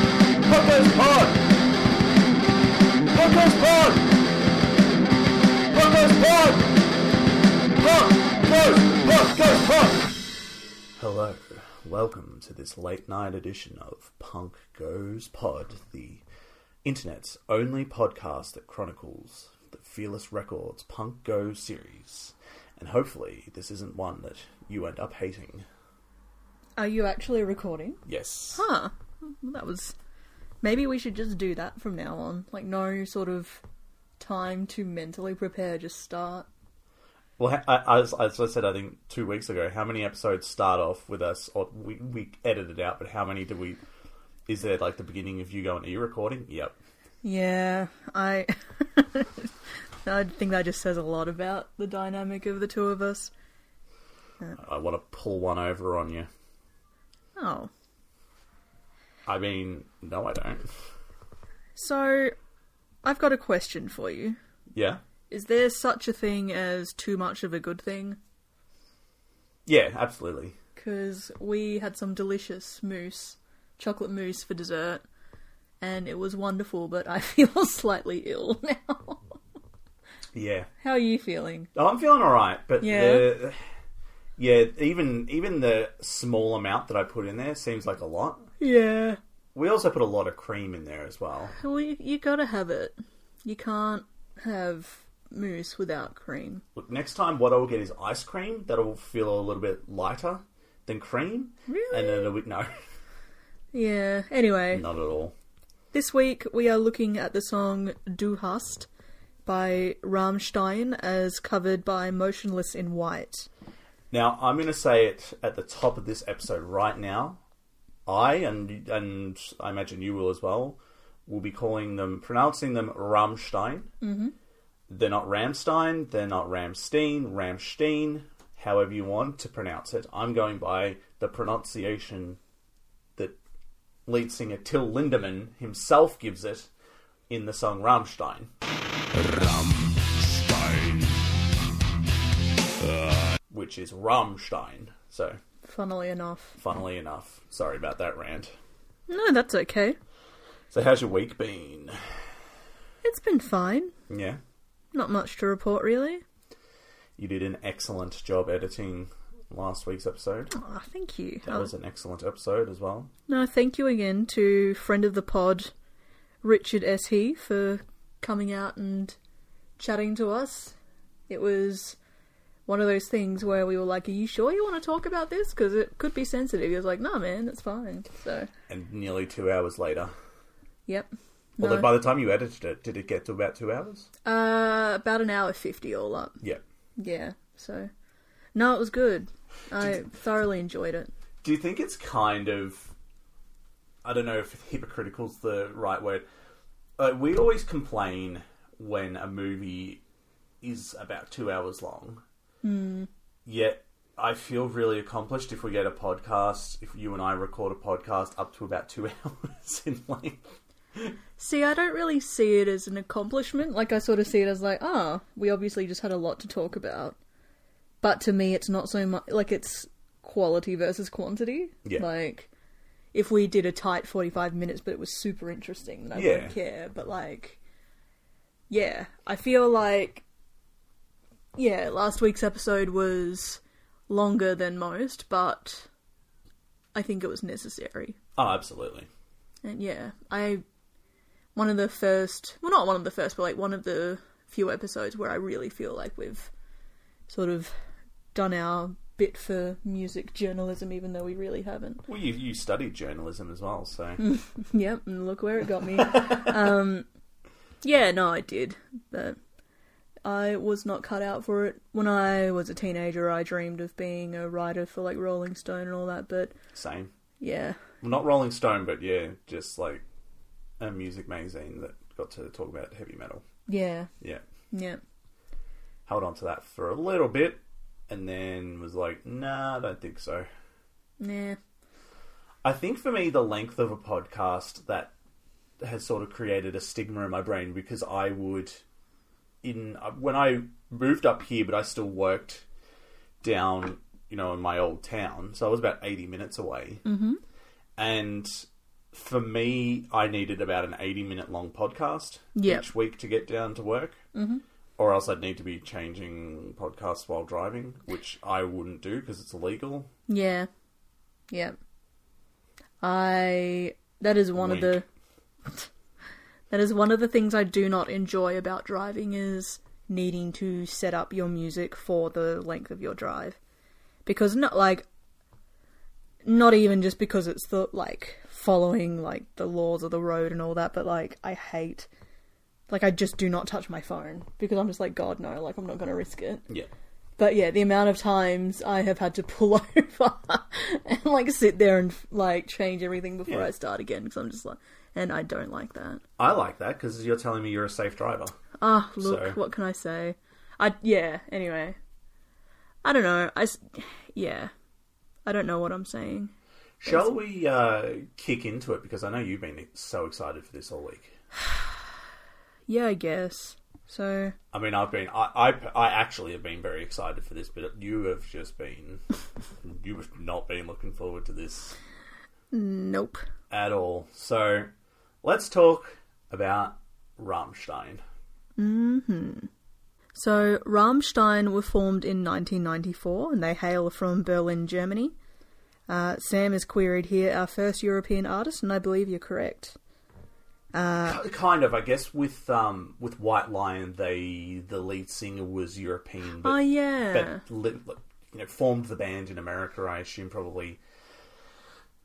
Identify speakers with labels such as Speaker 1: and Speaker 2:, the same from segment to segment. Speaker 1: Puckers Pod! Puckers Pod! Puckers Pod! Puckers, Puckers Pod! Hello, welcome to this late night edition of Punk Goes Pod, the internet's only podcast that chronicles the Fearless Records Punk Go series. And hopefully, this isn't one that you end up hating.
Speaker 2: Are you actually recording?
Speaker 1: Yes.
Speaker 2: Huh. Ah, Well, that was. Maybe we should just do that from now on. Like, no sort of time to mentally prepare, just start.
Speaker 1: Well, ha- I, I, as, as I said, I think two weeks ago, how many episodes start off with us? Or we we edited out, but how many do we? Is there like the beginning of you going? Are you recording? Yep.
Speaker 2: Yeah, I. I think that just says a lot about the dynamic of the two of us.
Speaker 1: I want to pull one over on you.
Speaker 2: Oh.
Speaker 1: I mean, no, I don't.
Speaker 2: So, I've got a question for you.
Speaker 1: Yeah.
Speaker 2: Is there such a thing as too much of a good thing?
Speaker 1: Yeah, absolutely.
Speaker 2: because we had some delicious mousse, chocolate mousse for dessert, and it was wonderful, but I feel slightly ill now.
Speaker 1: Yeah.
Speaker 2: How are you feeling?
Speaker 1: Oh, I'm feeling all right, but
Speaker 2: Yeah.
Speaker 1: the, yeah, even even the small amount that I put in there seems like a lot.
Speaker 2: Yeah.
Speaker 1: We also put a lot of cream in there as well.
Speaker 2: Well, you, you gotta have it. You can't have mousse without cream.
Speaker 1: Look, next time what I will get is ice cream. That'll feel a little bit lighter than cream.
Speaker 2: Really?
Speaker 1: And then it'll be, no,
Speaker 2: Yeah. Anyway,
Speaker 1: not at all.
Speaker 2: this week we are looking at the song Du Hast by Rammstein as covered by Motionless in White.
Speaker 1: Now I'm going to say it at the top of this episode right now. I and and I imagine you will as well. Will be calling them, pronouncing them Rammstein. Mm-hmm. They're not Ramstein. They're not Ramstein. Ramstein. However you want to pronounce it. I'm going by the pronunciation that lead singer Till Lindemann himself gives it in the song Rammstein.
Speaker 3: Rammstein.
Speaker 1: which is Rammstein. So,
Speaker 2: Funnily enough.
Speaker 1: funnily enough, sorry about that rant.
Speaker 2: No, that's okay.
Speaker 1: So, how's your week been?
Speaker 2: It's been fine.
Speaker 1: Yeah,
Speaker 2: Not much to report, really.
Speaker 1: you did an excellent job editing last week's episode.
Speaker 2: Ah, thank you.
Speaker 1: That was an excellent episode as well.
Speaker 2: No, thank you again to friend of the pod, Richard S. He, for coming out and chatting to us. It was one of those things where we were like, Are you sure you want to talk about this? Because it could be sensitive. He was like, No, man, it's fine. So,
Speaker 1: And nearly two hours later.
Speaker 2: yep.
Speaker 1: Although,
Speaker 2: No.
Speaker 1: by the time you edited it, did it get to about two hours?
Speaker 2: Uh, about an hour 50 all up.
Speaker 1: Yeah.
Speaker 2: Yeah, so. No, it was good. I thoroughly enjoyed it.
Speaker 1: Do you think it's kind of. I don't know if hypocritical's the right word. Uh, we always complain when a movie is about two hours long. Yet, I feel really accomplished if we get a podcast, if you and I record a podcast up to about two hours in length.
Speaker 2: See, I don't really see it as an accomplishment. Like, I sort of see it as like, ah, we obviously just had a lot to talk about. But to me, it's not so much like it's quality versus quantity.
Speaker 1: Yeah.
Speaker 2: Like, if we did a tight forty-five minutes, but it was super interesting, then I
Speaker 1: Yeah.
Speaker 2: wouldn't care. But like, yeah, I feel like, yeah, last week's episode was longer than most, but I think it was necessary.
Speaker 1: Oh, absolutely.
Speaker 2: And yeah, I one of the first well not one of the first, but like one of the few episodes where I really feel like we've sort of done our bit for music journalism even though we really haven't.
Speaker 1: Well, you, you studied journalism as well, so.
Speaker 2: Yep, and look where it got me. um yeah, no, I did. But I was not cut out for it. When I was a teenager, I dreamed of being a writer for like Rolling Stone and all that, but
Speaker 1: Same.
Speaker 2: yeah,
Speaker 1: Not Rolling Stone, but yeah, just like a music magazine that got to talk about heavy metal.
Speaker 2: yeah,
Speaker 1: Yeah.
Speaker 2: yeah.
Speaker 1: held on to that for a little bit and then was like, nah, I don't think so.
Speaker 2: Nah.
Speaker 1: I think for me, the length of a podcast that has sort of created a stigma in my brain because I would, in when I moved up here, but I still worked down, you know, in my old town, so I was about eighty minutes away, mm-hmm. and for me, I needed about an 80 minute long podcast
Speaker 2: Yep.
Speaker 1: each week to get down to work. Mm-hmm. Or else I'd need to be changing podcasts while driving, which I wouldn't do because it's illegal.
Speaker 2: Yeah. Yeah. I that is one of the
Speaker 1: Wink.
Speaker 2: that is one of the things I do not enjoy about driving is needing to set up your music for the length of your drive. Because not like not even just because it's the like following like the laws of the road and all that, but like I hate like I just do not touch my phone because I'm just like god no, like I'm not going to risk it.
Speaker 1: Yeah.
Speaker 2: But yeah, the amount of times I have had to pull over and like sit there and like change everything before
Speaker 1: Yeah.
Speaker 2: I start again because I'm just like, and I don't like that.
Speaker 1: I like that because you're telling me you're a safe driver.
Speaker 2: Ah, look,
Speaker 1: So-
Speaker 2: what can I say? I yeah. Anyway, I don't know. I s- yeah, I don't know what I'm saying.
Speaker 1: Shall we uh, kick into it? Because I know you've been so excited for this all week.
Speaker 2: Yeah, I guess. So
Speaker 1: I mean, I've been, I, I, I actually have been very excited for this, but you have just been, you have not been looking forward to this
Speaker 2: nope.
Speaker 1: at all. So let's talk about Rammstein.
Speaker 2: So Rammstein were formed in 1994 and they hail from Berlin, Germany. Uh, Sam is queried here, our first European artist, and I believe you're correct.
Speaker 1: K- Kind of, I guess. With um, with White Lion, they the lead singer was European, but,
Speaker 2: Oh yeah,
Speaker 1: but li- li- you know, formed the band in America. I assume probably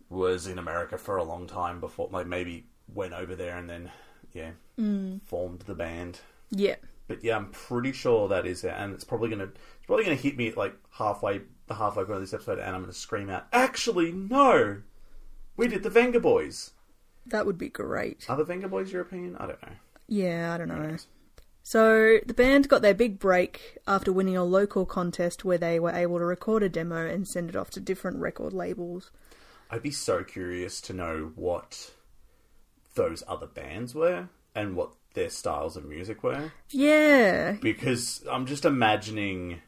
Speaker 1: was in America for a long time before, like maybe went over there and then yeah,
Speaker 2: Mm.
Speaker 1: formed the band.
Speaker 2: yeah,
Speaker 1: But yeah, I'm pretty sure that is it, and it's probably gonna it's probably gonna hit me at like halfway the halfway point of this episode, and I'm gonna scream out, "Actually, no! We did the Venga Boys.
Speaker 2: that would be great.
Speaker 1: Are the Venga Boys European? I don't know.
Speaker 2: Yeah, I don't know. So the band got their big break after winning a local contest where they were able to record a demo and send it off to different record labels.
Speaker 1: I'd be so curious to know what those other bands were and what their styles of music were,
Speaker 2: Yeah,
Speaker 1: because I'm just imagining,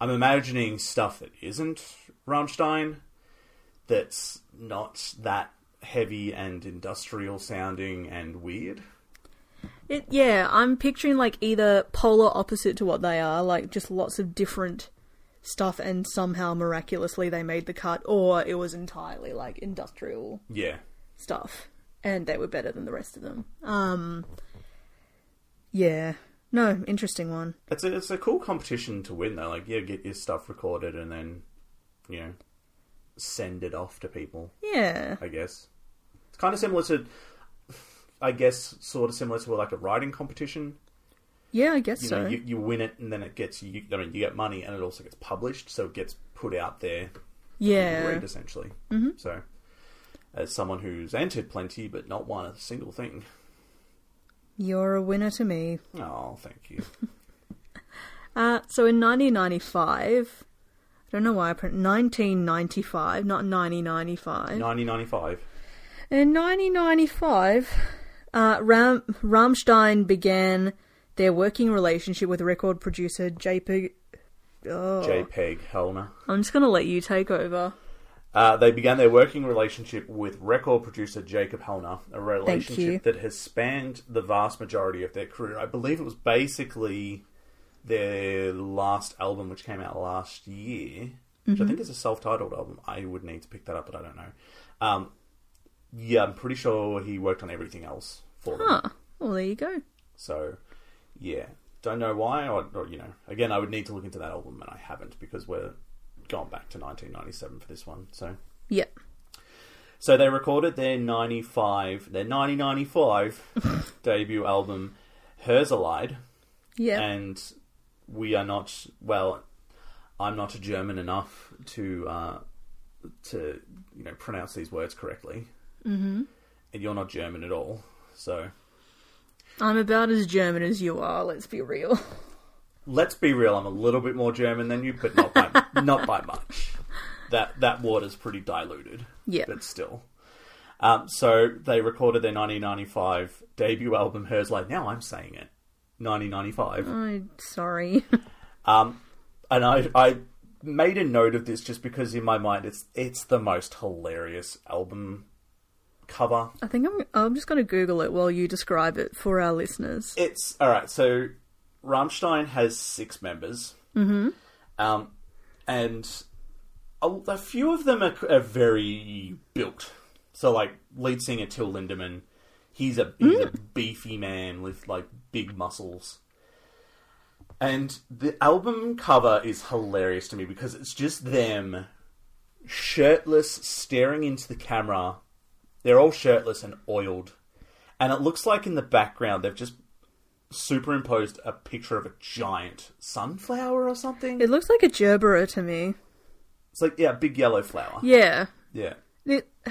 Speaker 1: I'm imagining stuff that isn't Rammstein, that's not that heavy and industrial sounding and weird.
Speaker 2: It, yeah, I'm picturing like either polar opposite to what they are, like just lots of different stuff, and somehow miraculously they made the cut, or it was entirely like industrial
Speaker 1: Yeah.
Speaker 2: stuff, and they were better than the rest of them. Um, yeah, no, interesting one.
Speaker 1: It's a, it's a cool competition to win though. Like, yeah, get your stuff recorded and then, you know, send it off to people.
Speaker 2: Yeah,
Speaker 1: I guess it's kind of similar to, I guess, sort of similar to like a writing competition.
Speaker 2: yeah, I guess
Speaker 1: You
Speaker 2: so.
Speaker 1: know, you, you win it and then it gets you. I mean, you get money and it also gets published, so it gets put out there
Speaker 2: yeah,
Speaker 1: read essentially. Mm-hmm. So, as someone who's entered plenty but not won a single thing,
Speaker 2: you're a winner to me.
Speaker 1: oh, thank you.
Speaker 2: Uh, so in 1995, I don't know why I put 1995, not 1995.
Speaker 1: Nineteen ninety five.
Speaker 2: In 1995, uh, Ram- Rammstein began their working relationship with record producer JP. Oh,
Speaker 1: JPEG Hellner.
Speaker 2: I'm just going to let you take over.
Speaker 1: Uh, they began their working relationship with record producer Jacob Hellner, a
Speaker 2: you.
Speaker 1: relationship that has spanned the vast majority of their career. I believe it was basically their last album, which came out last year, which
Speaker 2: Mm-hmm.
Speaker 1: I think is a self titled album. I would need to pick that up, but I don't know. Um, yeah, I'm pretty sure he worked on everything else for them.
Speaker 2: Huh. Well, there you go.
Speaker 1: So, yeah. Don't know why, or, or, you know, again, I would need to look into that album, and I haven't because we're gone back to 1997 for this one, so.
Speaker 2: Yep.
Speaker 1: So they recorded their 95, their 1995 debut album, Herzalide,
Speaker 2: Yep.
Speaker 1: and we are not, well, I'm not German enough to, uh, to, you know, pronounce these words correctly. Mm-hmm. And you're not German at all, so
Speaker 2: I'm about as German as you are, let's be real.
Speaker 1: let's be real, I'm a little bit more German than you, but not by not by much. That that water's pretty diluted.
Speaker 2: Yeah.
Speaker 1: but still. Um, so they recorded their 1995 debut album. Hers like now I'm saying it, 1995.
Speaker 2: I'm sorry.
Speaker 1: Um, and I I made a note of this just because in my mind it's it's the most hilarious album cover.
Speaker 2: I think I'm, I'm just going to Google it while you describe it for our listeners.
Speaker 1: It's all right. So Rammstein has six members, mm-hmm. um, and a, a few of them are, are very built. So, like lead singer Till Lindemann, he's a he's a beefy man with like big muscles. And the album cover is hilarious to me because it's just them shirtless staring into the camera. They're all shirtless and oiled. And it looks like in the background they've just superimposed a picture of a giant sunflower or something.
Speaker 2: It looks like a gerbera to me.
Speaker 1: It's like yeah, a big yellow flower.
Speaker 2: Yeah.
Speaker 1: Yeah.
Speaker 2: It,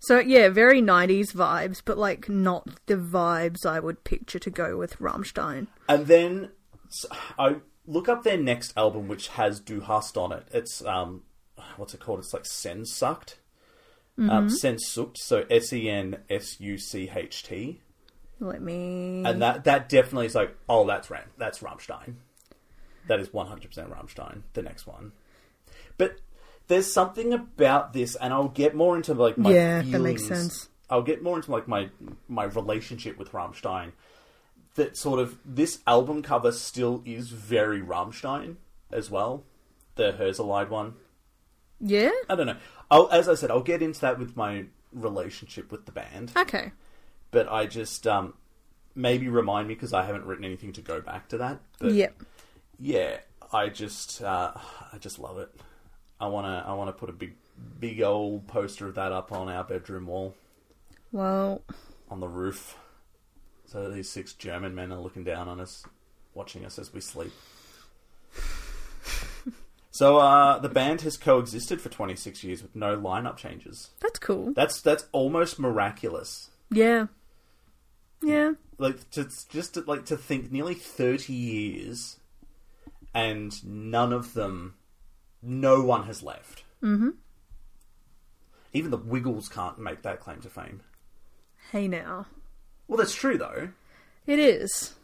Speaker 2: so yeah, very 90s vibes, but like not the vibes I would picture to go with Rammstein.
Speaker 1: And then s I I look up their next album which has Du Hast on it. It's um what's it called? It's like Sen Sucked. Um Sensucht, so S E N S U C H T.
Speaker 2: Let me
Speaker 1: And that that definitely is like, oh, that's Ram- that's Rammstein. That is one hundred percent Rammstein. The next one, but there's something about this, and I'll get more into like my
Speaker 2: Yeah,
Speaker 1: feelings.
Speaker 2: that makes sense.
Speaker 1: I'll get more into like my my relationship with Rammstein. That sort of this album cover still is very Rammstein as well. The Herzalide one.
Speaker 2: Yeah?
Speaker 1: I don't know. I'll, as I said, I'll get into that with my relationship with the band
Speaker 2: Okay.
Speaker 1: but I just um, maybe remind me because I haven't written anything to go back to that. But
Speaker 2: Yep.
Speaker 1: yeah, I just uh, I just love it. I wanna I wanna put a big big old poster of that up on our bedroom wall
Speaker 2: Well,
Speaker 1: on the roof, so that these six German men are looking down on us, watching us as we sleep. So uh, the band has coexisted for 26 years with no lineup changes.
Speaker 2: that's cool.
Speaker 1: That's that's almost miraculous.
Speaker 2: Yeah. Yeah.
Speaker 1: like to just to, like to think nearly 30 years and none of them no one has left mm-hmm. even the wiggles can't make that claim to fame
Speaker 2: Hey now.
Speaker 1: well that's true though
Speaker 2: It is.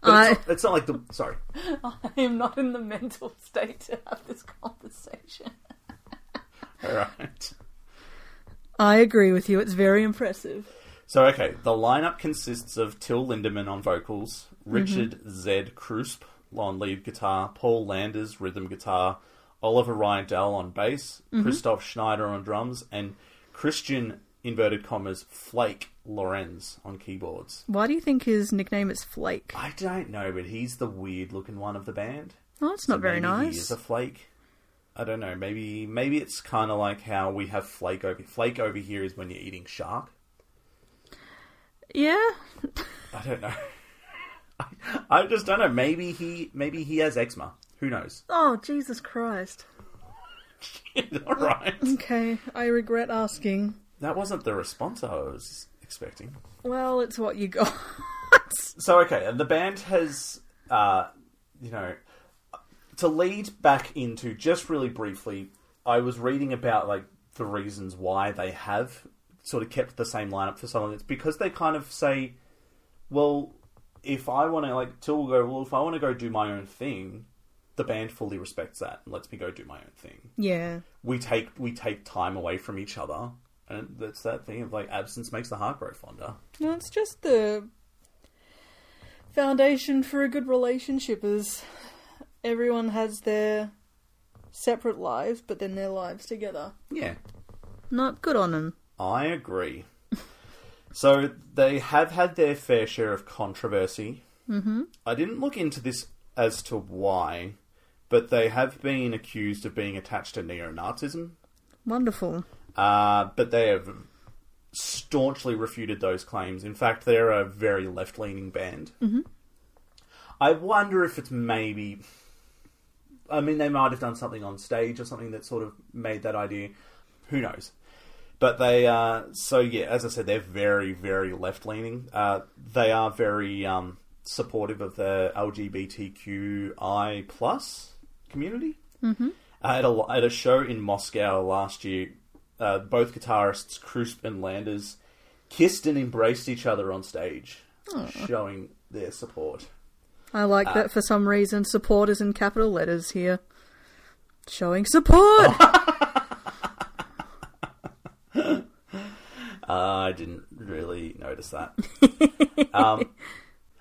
Speaker 1: but
Speaker 2: I
Speaker 1: it's, not, it's not like the sorry
Speaker 2: I am not in the mental state to have this conversation.
Speaker 1: all right
Speaker 2: I agree with you. It's very impressive.
Speaker 1: so okay the lineup consists of till lindemann on vocals richard
Speaker 2: Mm-hmm.
Speaker 1: z krusp on lead guitar paul landers rhythm guitar Oliver Rydell on bass,
Speaker 2: Mm-hmm.
Speaker 1: Christoph Schneider on drums, and Christian inverted commas Flake Lorenz on keyboards.
Speaker 2: Why do you think his nickname is Flake?
Speaker 1: I don't know, but he's the weird looking one of the band.
Speaker 2: Oh, that's not very
Speaker 1: Maybe
Speaker 2: nice.
Speaker 1: He is a flake. I don't know. Maybe maybe it's kind of like how we have flake over flake over here is when you're eating shark.
Speaker 2: Yeah.
Speaker 1: I don't know. I, I just don't know. Maybe he maybe he has eczema. Who knows?
Speaker 2: Oh, Jesus Christ.
Speaker 1: All right.
Speaker 2: Okay, I regret asking.
Speaker 1: That wasn't the response I was expecting.
Speaker 2: Well, it's what you got.
Speaker 1: so okay, and the band has, uh, you know, to lead back into just really briefly, I was reading about like the reasons why they have sort of kept the same lineup for so long. It's because they kind of say, well, if I want to like Till will go, well, if I want to go do my own thing, the band fully respects that and lets me go do my own thing
Speaker 2: yeah.
Speaker 1: we take we take time away from each other, and that's that thing of like absence makes the heart grow fonder.
Speaker 2: Well, it's just the foundation for a good relationship is everyone has their separate lives, but then their lives together.
Speaker 1: Yeah,
Speaker 2: Not good on them.
Speaker 1: I agree. so they have had their fair share of controversy. Mm-hmm. I didn't look into this as to why, but they have been accused of being attached to neo-Nazism.
Speaker 2: Wonderful.
Speaker 1: Uh, but they have staunchly refuted those claims. In fact, they're a very left leaning band. Mm-hmm. I wonder if it's maybe. I mean, they might have done something on stage or something that sort of made that idea. Who knows? But they, uh, so yeah, as I said, they're very, very left leaning. Uh, they are very um, supportive of the LGBTQI plus community. Uh, at, a, at a show in Moscow last year, uh, both guitarists Krusp and Landers kissed and embraced each other on stage, showing their support.
Speaker 2: I like that for some reason support is in capital letters here. Showing support!
Speaker 1: Uh, I didn't really notice that. um,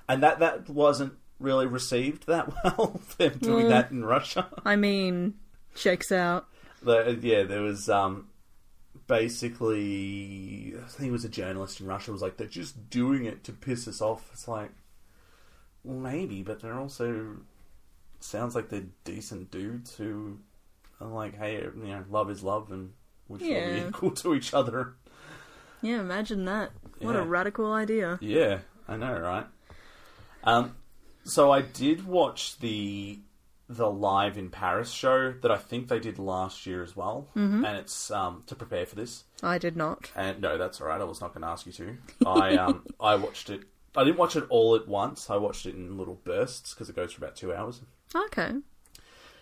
Speaker 1: and that that wasn't really received that well. Them doing
Speaker 2: Well.
Speaker 1: that in Russia.
Speaker 2: I mean, checks out.
Speaker 1: The, yeah, there was um, basically I think it was a journalist in Russia was like they're just doing it to piss us off. It's like, well, maybe, but they're also sounds like they're decent dudes who are like, hey, you know, love is love, and we should all
Speaker 2: Yeah.
Speaker 1: be equal to each other.
Speaker 2: Yeah, imagine that. What a
Speaker 1: Yeah.
Speaker 2: radical idea.
Speaker 1: Yeah, I know, right? Um, so I did watch the the live in Paris show that I think they did last year as well, and it's um, to prepare for this.
Speaker 2: I did not.
Speaker 1: And no, that's all right. I was not going to ask you to. I um, I watched it. I didn't watch it all at once. I watched it in little bursts because it goes for about two hours.
Speaker 2: Okay.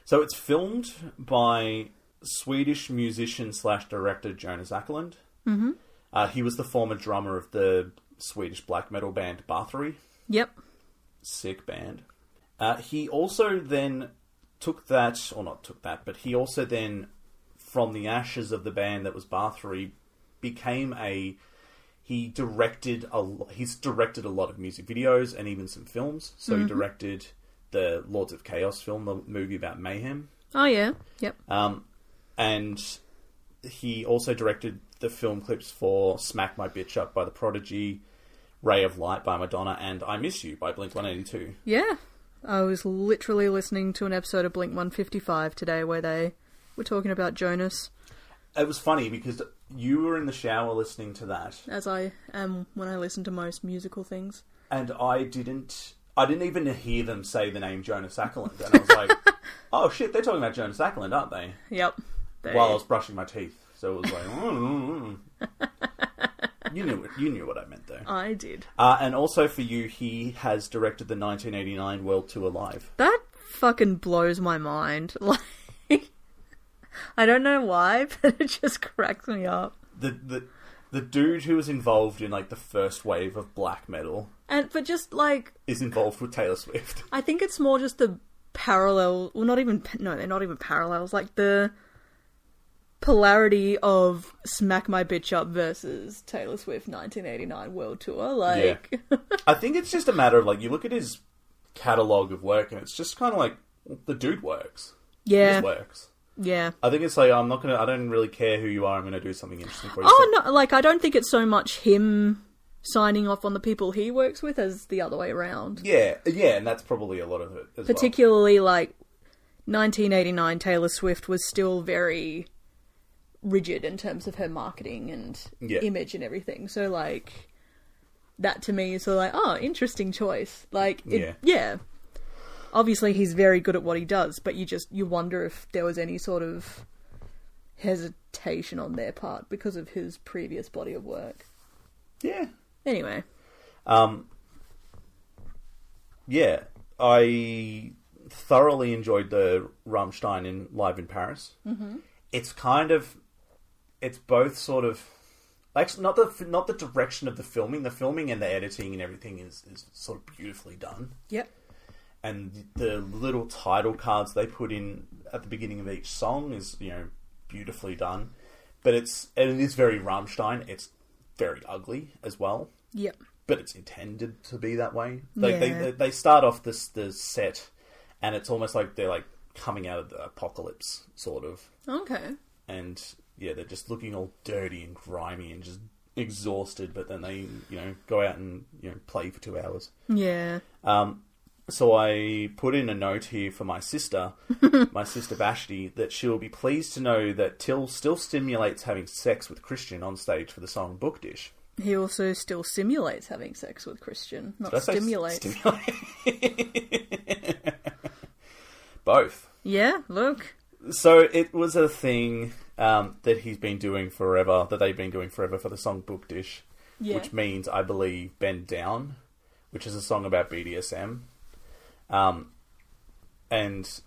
Speaker 1: So it's filmed by Swedish musician slash director Jonas Ackerlund. Mm-hmm. Uh, he was the former drummer of the Swedish black metal band Bathory.
Speaker 2: Yep.
Speaker 1: Sick band. Uh, he also then took that, or not took that, but he also then, from the ashes of the band that was Bathory, became a. He directed a. lo- He's directed a lot of music videos and even some films. So he directed the Lords of Chaos film, the movie about mayhem.
Speaker 2: Oh yeah. Yep.
Speaker 1: Um, and he also directed the film clips for Smack My Bitch Up by The Prodigy, Ray of Light by Madonna, and I Miss You by Blink 182.
Speaker 2: Yeah. I was literally listening to an episode of Blink 155 today where they were talking about Jonas,
Speaker 1: It was funny because you were in the shower listening to that,
Speaker 2: as I am when I listen to most musical things.
Speaker 1: and I didn't. I didn't even hear them say the name Jonas Ackland, and I was like, "Oh shit, they're talking about Jonas Ackland, aren't they?"
Speaker 2: Yep. They-
Speaker 1: While I was brushing my teeth, so it was like, mm "You knew what, you knew what I meant, though."
Speaker 2: I did.
Speaker 1: Uh, and also for you, he has directed the 1989 World Tour live.
Speaker 2: That fucking blows my mind. Like, I don't know why, but it just cracks me up.
Speaker 1: The the the dude who was involved in like the first wave of black metal
Speaker 2: And but just like
Speaker 1: is involved with Taylor Swift.
Speaker 2: I think it's more just the parallel. Well, not even no, they're not even parallels. Like the polarity of "Smack My Bitch Up" versus Taylor Swift 1989 World Tour. Like,
Speaker 1: I think it's just a matter of like you look at his catalog of work and it's just kind of like the dude works. He
Speaker 2: yeah,
Speaker 1: just works.
Speaker 2: yeah.
Speaker 1: I think it's like I'm not gonna. I don't really care who you are. I'm gonna do something interesting for you.
Speaker 2: Oh no, like I don't think it's so much him signing off on the people he works with as the other way around.
Speaker 1: Yeah, yeah, and that's probably a lot of it as well.
Speaker 2: particularly like 1989 taylor swift was still very rigid in terms of her marketing and
Speaker 1: Yeah.
Speaker 2: image and everything so like that to me is sort of like oh interesting choice like it,
Speaker 1: Yeah.
Speaker 2: yeah obviously he's very good at what he does but you just you wonder if there was any sort of hesitation on their part because of his previous body of work
Speaker 1: Yeah,
Speaker 2: anyway
Speaker 1: Um, yeah, I thoroughly enjoyed the Rammstein in live in Paris. Mm-hmm. It's kind of, it's both sort of, actually not the not the direction of the filming. The filming and the editing and everything is is sort of beautifully done.
Speaker 2: yep
Speaker 1: And the little title cards they put in at the beginning of each song is you know beautifully done, but it's and it is very Rammstein. It's very ugly as well
Speaker 2: yep
Speaker 1: but it's intended to be that way. Like
Speaker 2: Yeah.
Speaker 1: they they start off this the set, and it's almost like they're like coming out of the apocalypse, sort of.
Speaker 2: okay
Speaker 1: And yeah, they're just looking all dirty and grimy and just exhausted. But then they you know go out and you know play for two hours.
Speaker 2: yeah
Speaker 1: Um, so I put in a note here for my sister, my sister Vashti, that she'll be pleased to know that Till still stimulates having sex with Christian on stage for the song Book Dish.
Speaker 2: He also still simulates having sex with Christian, not
Speaker 1: Did I say
Speaker 2: stimulates.
Speaker 1: stimulate? Both.
Speaker 2: yeah, look.
Speaker 1: So it was a thing um, that he's been doing forever, that they've been doing forever for the song Book Dish,
Speaker 2: Yeah.
Speaker 1: which means, I believe, Bend Down, which is a song about BDSM. Um, and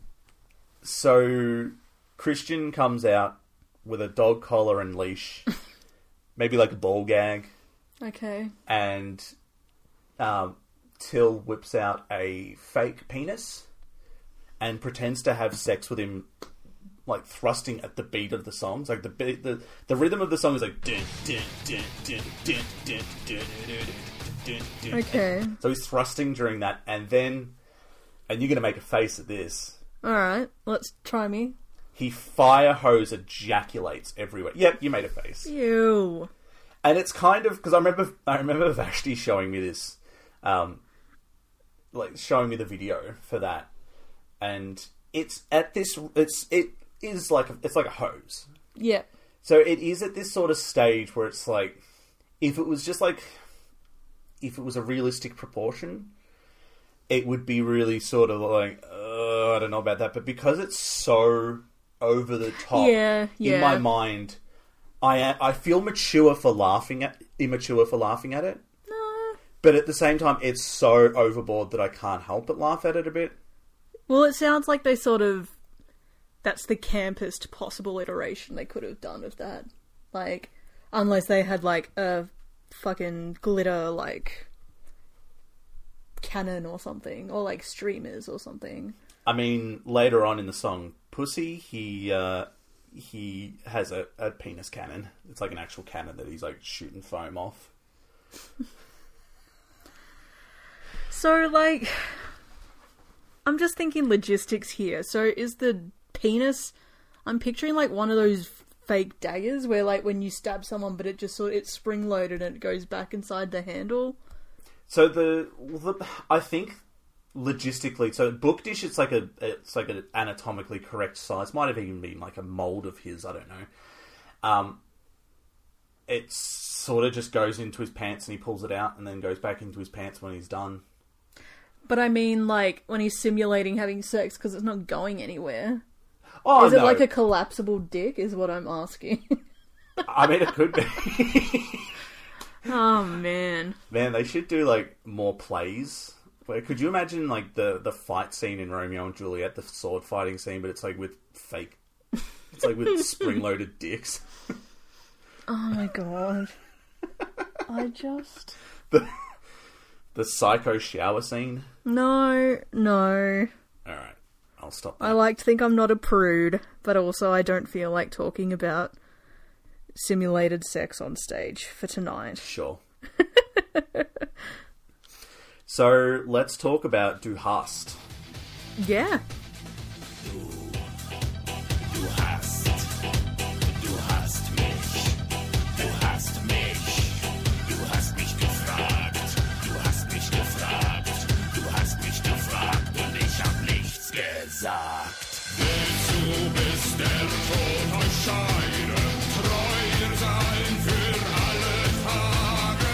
Speaker 1: so Christian comes out with a dog collar and leash, maybe like a ball gag
Speaker 2: okay.
Speaker 1: and um, Till whips out a fake penis and pretends to have sex with him like thrusting at the beat of the songs. Like the beat, the, the rhythm of the song is like. dun, dun, dun, dun, dun, dun, dun, dun, dun, dun, dun.
Speaker 2: Okay.
Speaker 1: So he's thrusting during that, and then, and you're gonna make a face at this.
Speaker 2: All right. Let's try me.
Speaker 1: He fire hose ejaculates everywhere. Yep, you made a face.
Speaker 2: Ew.
Speaker 1: and it's kind of because I remember I remember Vashti showing me this, um, like showing me the video for that, and it's at this it's it is like a, it's like a hose,
Speaker 2: Yeah.
Speaker 1: so it is at this sort of stage where it's like if it was just like if it was a realistic proportion, it would be really sort of like uh, I don't know about that, but because it's so over the top,
Speaker 2: Yeah,
Speaker 1: in
Speaker 2: yeah.
Speaker 1: my mind, I am, I feel mature for laughing at immature for laughing at it,
Speaker 2: No.
Speaker 1: but at the same time, it's so overboard that I can't help but laugh at it a bit.
Speaker 2: Well, it sounds like they sort of. That's the campest possible iteration they could have done of that. Like, unless they had, like, a fucking glitter, like, cannon or something, or, like, streamers or something.
Speaker 1: I mean, later on in the song "Pussy," he uh, he has a, a penis cannon. It's like an actual cannon that he's like shooting foam off.
Speaker 2: So, like, I'm just thinking logistics here. So, is the penis? I'm picturing like one of those fake daggers where, like, when you stab someone, but it just sort it's spring loaded and it goes back inside the handle.
Speaker 1: So the, the I think logistically, so book dish it's like a it's like an anatomically correct size. Might have even been like a mold of his. I don't know. Um, it sort of just goes into his pants and he pulls it out and then goes back into his pants when he's done.
Speaker 2: But I mean, like, when he's simulating having sex because it's not going anywhere.
Speaker 1: Oh
Speaker 2: Is
Speaker 1: no!
Speaker 2: it like a collapsible dick? Is what I'm asking.
Speaker 1: I mean, it could be.
Speaker 2: oh man.
Speaker 1: Man, they should do like more plays. Where could you imagine like the the fight scene in Romeo and Juliet, the sword fighting scene, but it's like with fake, it's like with spring loaded dicks.
Speaker 2: Oh my god. I just.
Speaker 1: The psycho shower scene.
Speaker 2: No, no.
Speaker 1: All right, I'll stop.
Speaker 2: I
Speaker 1: That.
Speaker 2: like to think I'm not a prude, but also I don't feel like talking about simulated sex on stage for tonight.
Speaker 1: Sure. so let's talk about Du Hast.
Speaker 2: Yeah.
Speaker 3: Du hast, du hast mich, du hast mich, du hast mich gefragt, du hast mich gefragt, du hast mich gefragt und ich hab nichts gesagt. Willst du bis der Tod euch scheiden, treu sein für alle Tage?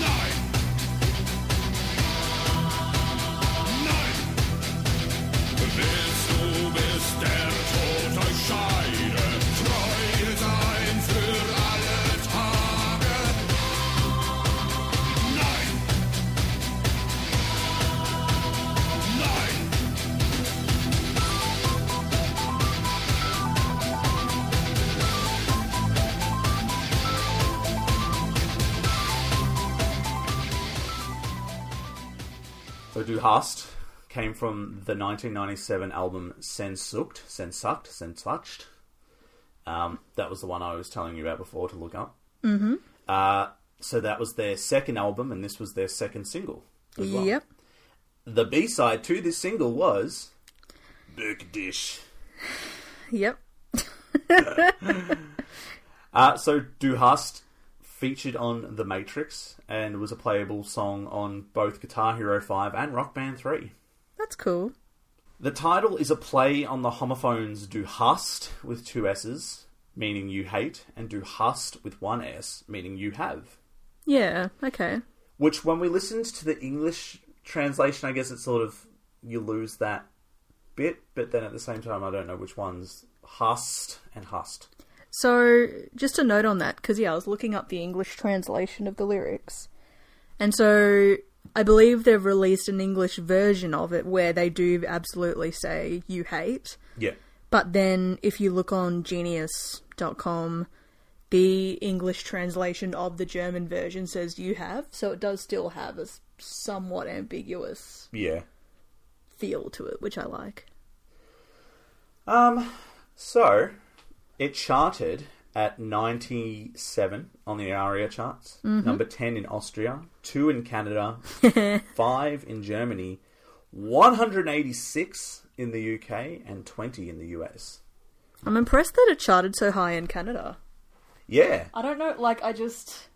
Speaker 3: Nein! Nein! Willst du bis der Tod euch scheide, treu sein für alle Tage? Nein! Nein!
Speaker 1: So Du Hast came from the 1997 album Sensucht, Sensucht, Sensucht. Um, that was the one I was telling you about before to look up. Mm-hmm. Uh, so that was their second album, and this was their second single. as well.
Speaker 2: Yep.
Speaker 1: The B side to this single was Big Dish.
Speaker 2: Yep.
Speaker 1: Uh, so Du Hast featured on The Matrix and was a playable song on both Guitar Hero 5 and Rock Band 3.
Speaker 2: That's cool.
Speaker 1: The title is a play on the homophones Du hast with two S's, meaning you hate, and Du hast with one S, meaning you have.
Speaker 2: Yeah. Okay.
Speaker 1: Which, when we listened to the English translation, I guess it's sort of you lose that bit, but then at the same time, I don't know which one's hast and hast.
Speaker 2: So, just a note on that, because yeah, I was looking up the English translation of the lyrics. And so, I believe they've released an English version of it where they do absolutely say, you hate.
Speaker 1: Yeah.
Speaker 2: But then, if you look on genius.com, the English translation of the German version says you have, so it does still have a s- somewhat ambiguous
Speaker 1: Yeah.
Speaker 2: feel to it, which I like.
Speaker 1: Um, so it charted at 97 on the ARIA charts, number 10 in Austria, 2 in Canada, 5 in Germany, 186 in the UK, and 20 in the US.
Speaker 2: I'm impressed that it charted so high in Canada.
Speaker 1: Yeah.
Speaker 2: I don't know, like, I just.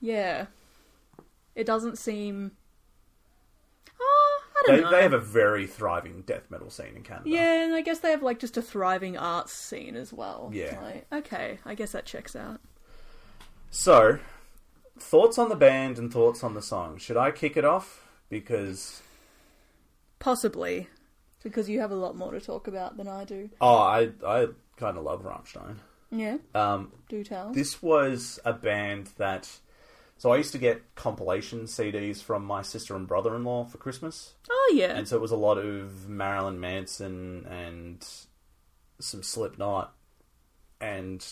Speaker 2: Yeah. It doesn't seem. Oh, I don't
Speaker 1: They,
Speaker 2: know.
Speaker 1: they have a very thriving death metal scene in Canada.
Speaker 2: Yeah, and I guess they have, like, just a thriving arts scene as well.
Speaker 1: Yeah.
Speaker 2: Like, okay, I guess that checks out.
Speaker 1: So, thoughts on the band and thoughts on the song. Should I kick it off? Because
Speaker 2: Possibly. Because you have a lot more to talk about than I do.
Speaker 1: oh, I I kind of love Rammstein.
Speaker 2: Yeah,
Speaker 1: Um,
Speaker 2: Uh, do tell.
Speaker 1: this was a band that. So I used to get compilation CDs from my sister and brother-in-law for Christmas,
Speaker 2: oh, yeah.
Speaker 1: and so it was a lot of Marilyn Manson and some Slipknot, and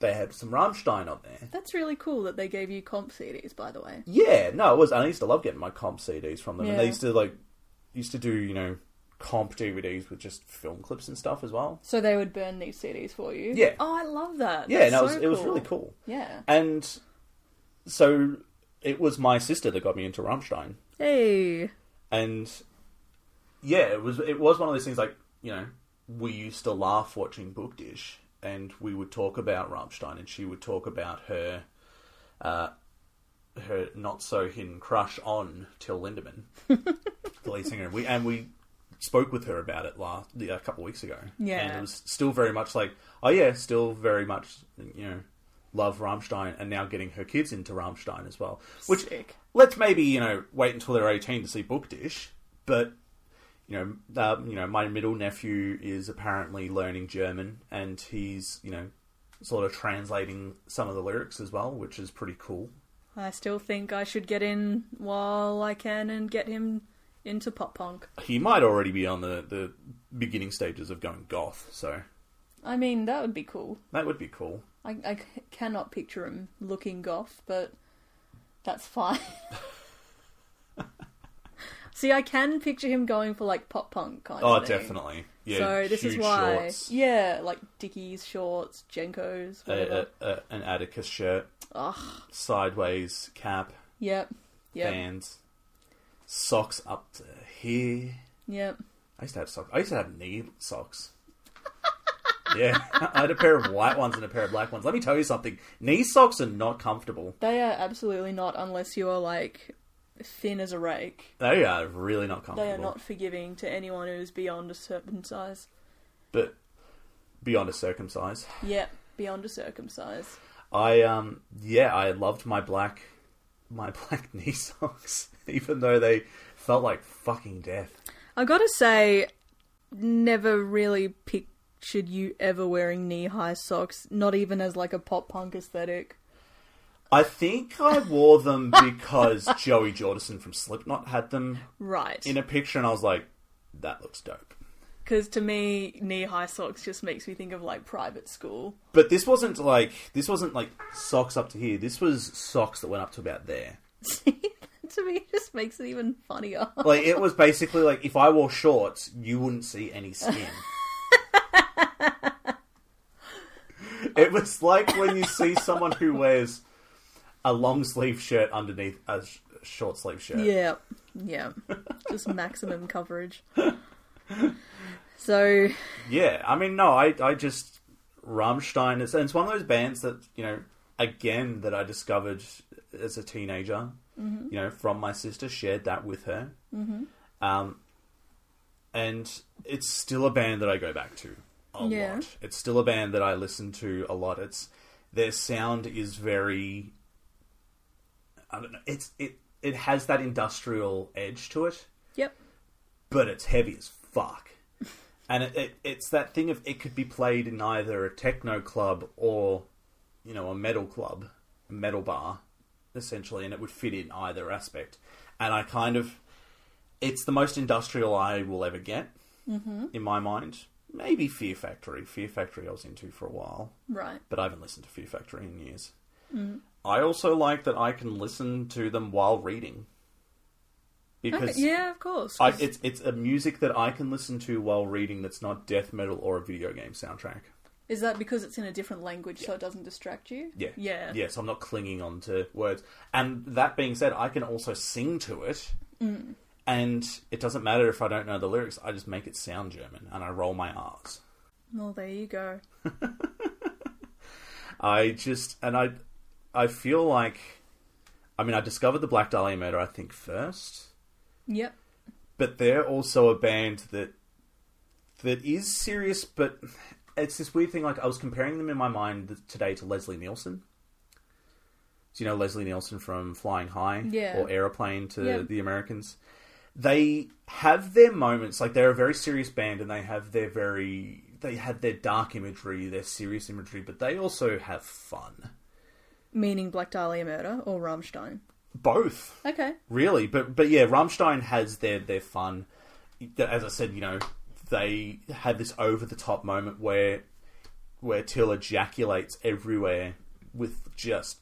Speaker 1: they had some Rammstein on there.
Speaker 2: That's really cool that they gave you comp CDs, by the way.
Speaker 1: Yeah, no, it was. and I used to love getting my comp CDs from them, and
Speaker 2: Yeah.
Speaker 1: they used to like used to do you know comp DVDs with just film clips and stuff as well.
Speaker 2: So they would burn these CDs for you.
Speaker 1: Yeah.
Speaker 2: Oh, I love that.
Speaker 1: Yeah,
Speaker 2: That's
Speaker 1: no, it was,
Speaker 2: so
Speaker 1: it was really cool.
Speaker 2: Yeah.
Speaker 1: And so it was my sister that got me into Rammstein,
Speaker 2: Hey.
Speaker 1: and yeah, it was it was one of those things like you know we used to laugh watching Book Dish, and we would talk about Rammstein, and she would talk about her. Uh, her not so hidden crush on Till Lindemann, the lead singer. We and we spoke with her about it last a couple of weeks ago.
Speaker 2: Yeah.
Speaker 1: and it was still very much like, oh yeah, still very much you know love Rammstein, and now getting her kids into Rammstein as well. Which
Speaker 2: Sick.
Speaker 1: let's maybe you know wait until they're eighteen to see Book Dish, but. You know, uh, you know, my middle nephew is apparently learning German, and he's you know, sort of translating some of the lyrics as well, which is pretty cool.
Speaker 2: I still think I should get in while I can and get him into pop punk.
Speaker 1: he might already be on the, the beginning stages of going goth, so
Speaker 2: I mean, that would be cool.
Speaker 1: that would be cool.
Speaker 2: I, I c- cannot picture him looking goth, but that's fine. See, I can picture him going for like pop punk kind
Speaker 1: Oh,
Speaker 2: of thing.
Speaker 1: definitely. Yeah,
Speaker 2: so this is
Speaker 1: huge
Speaker 2: why,
Speaker 1: shorts, Uh,
Speaker 2: yeah, like Dickies shorts, Jenkos,
Speaker 1: a,
Speaker 2: whatever.
Speaker 1: a, a, an Atticus shirt,
Speaker 2: Ugh,
Speaker 1: sideways cap,
Speaker 2: yep, yep,
Speaker 1: bands, socks up to here.
Speaker 2: yep.
Speaker 1: I used to have socks. I used to have knee socks. yeah, I had a pair of white ones and a pair of black ones. Let me tell you something: knee socks are not comfortable.
Speaker 2: They are absolutely not unless you are like thin as a rake.
Speaker 1: They are really not
Speaker 2: They
Speaker 1: comfortable.
Speaker 2: are not forgiving to anyone who is beyond a certain size.
Speaker 1: But beyond a circumcised.
Speaker 2: Yep, beyond a circumcise.
Speaker 1: I um yeah, I loved my black my black knee socks, even though they felt like fucking death.
Speaker 2: I gotta say, never really pictured you ever wearing knee high socks, not even as like a pop punk aesthetic.
Speaker 1: I think I wore them because Joey Jordison from Slipknot had them
Speaker 2: Right.
Speaker 1: in a picture, and I was like, that looks dope.
Speaker 2: Because to me, knee high socks just makes me think of like private school.
Speaker 1: But this wasn't like this wasn't like socks up to here. This was socks that went up to about there.
Speaker 2: to me, it just makes it even funnier.
Speaker 1: Like it was basically like if I wore shorts, you wouldn't see any skin. it was like when you see someone who wears a long sleeve shirt underneath a sh- short sleeve shirt.
Speaker 2: Yeah, yeah. Just maximum coverage. So,
Speaker 1: Yeah, I mean, no, I I just Rammstein. It's it's one of those bands that you know again that I discovered as a teenager. You know, from my sister, shared that with her. Mm-hmm. Um, and it's still a band that I go back to a
Speaker 2: Yeah.
Speaker 1: lot. It's still a band that I listen to a lot. It's their sound is very. I don't know. It's it it has that industrial edge to it
Speaker 2: yep.
Speaker 1: but it's heavy as fuck. And it, it, it's that thing of it could be played in either a techno club or, you know, a metal club, a metal bar, essentially, and it would fit in either aspect. And I kind of, it's the most industrial I will ever get in my mind. Maybe Fear Factory. Fear Factory I was into for a while,
Speaker 2: Right.
Speaker 1: but I haven't listened to Fear Factory in years. I also like that I can listen to them while reading. because
Speaker 2: Okay, yeah, of course.
Speaker 1: I,
Speaker 2: 'cause-
Speaker 1: it's it's a music that I can listen to while reading that's not death metal or a video game soundtrack.
Speaker 2: Is that because it's in a different language so it doesn't distract you?
Speaker 1: Yeah.
Speaker 2: Yeah.
Speaker 1: Yeah, so I'm not clinging on to words. And that being said, I can also sing to it. And it doesn't matter if I don't know the lyrics, I just make it sound German and I roll my R's.
Speaker 2: Well, there you go.
Speaker 1: I just and I I feel like I mean I discovered the Black Dahlia murder I think first.
Speaker 2: Yep.
Speaker 1: but they're also a band that that is serious, but it's this weird thing. Like I was comparing them in my mind today to Leslie Nielsen. Do you know Leslie Nielsen from Flying High
Speaker 2: Yeah.
Speaker 1: or Aeroplane to
Speaker 2: Yeah.
Speaker 1: the Americans? They have their moments. Like they're a very serious band, and they have their very they have their dark imagery, their serious imagery, but they also have fun.
Speaker 2: Meaning Black Dahlia murder or Rammstein.
Speaker 1: Both.
Speaker 2: Okay.
Speaker 1: Really, but but yeah, Rammstein has their their fun. As I said, you know, they had this over the top moment where where Till ejaculates everywhere with just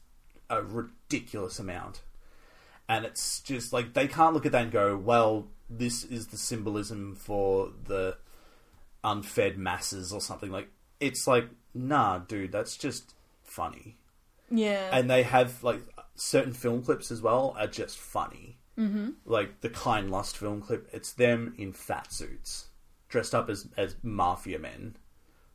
Speaker 1: a ridiculous amount, and it's just like they can't look at that and go, "Well, this is the symbolism for the unfed masses" or something like. It's like, nah, dude, that's just funny
Speaker 2: Yeah.
Speaker 1: and they have like certain film clips as well are just funny. Mm-hmm. Like the Kind Lust film clip, it's them in fat suits, dressed up as as mafia men,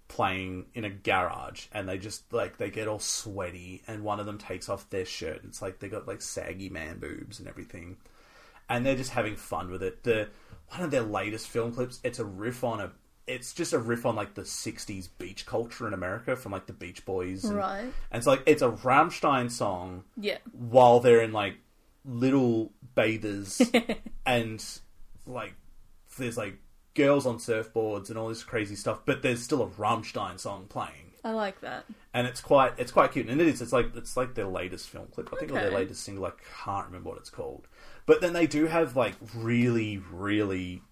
Speaker 1: playing in a garage, and they just like they get all sweaty, and one of them takes off their shirt. It's like they got like saggy man boobs and everything, and they're just having fun with it. The one of their latest film clips, it's a riff on a. It's just a riff on like the '60s beach culture in America, from like the Beach Boys, and,
Speaker 2: Right.
Speaker 1: and so like it's a Rammstein song
Speaker 2: yeah.
Speaker 1: while they're in like little bathers and like there's like girls on surfboards and all this crazy stuff, but there's still a Rammstein song playing.
Speaker 2: I like that.
Speaker 1: And it's quite it's quite cute and it is. It's like it's like their latest film clip. I think or
Speaker 2: Okay.
Speaker 1: their latest single, I can't remember what it's called. But then they do have like really, really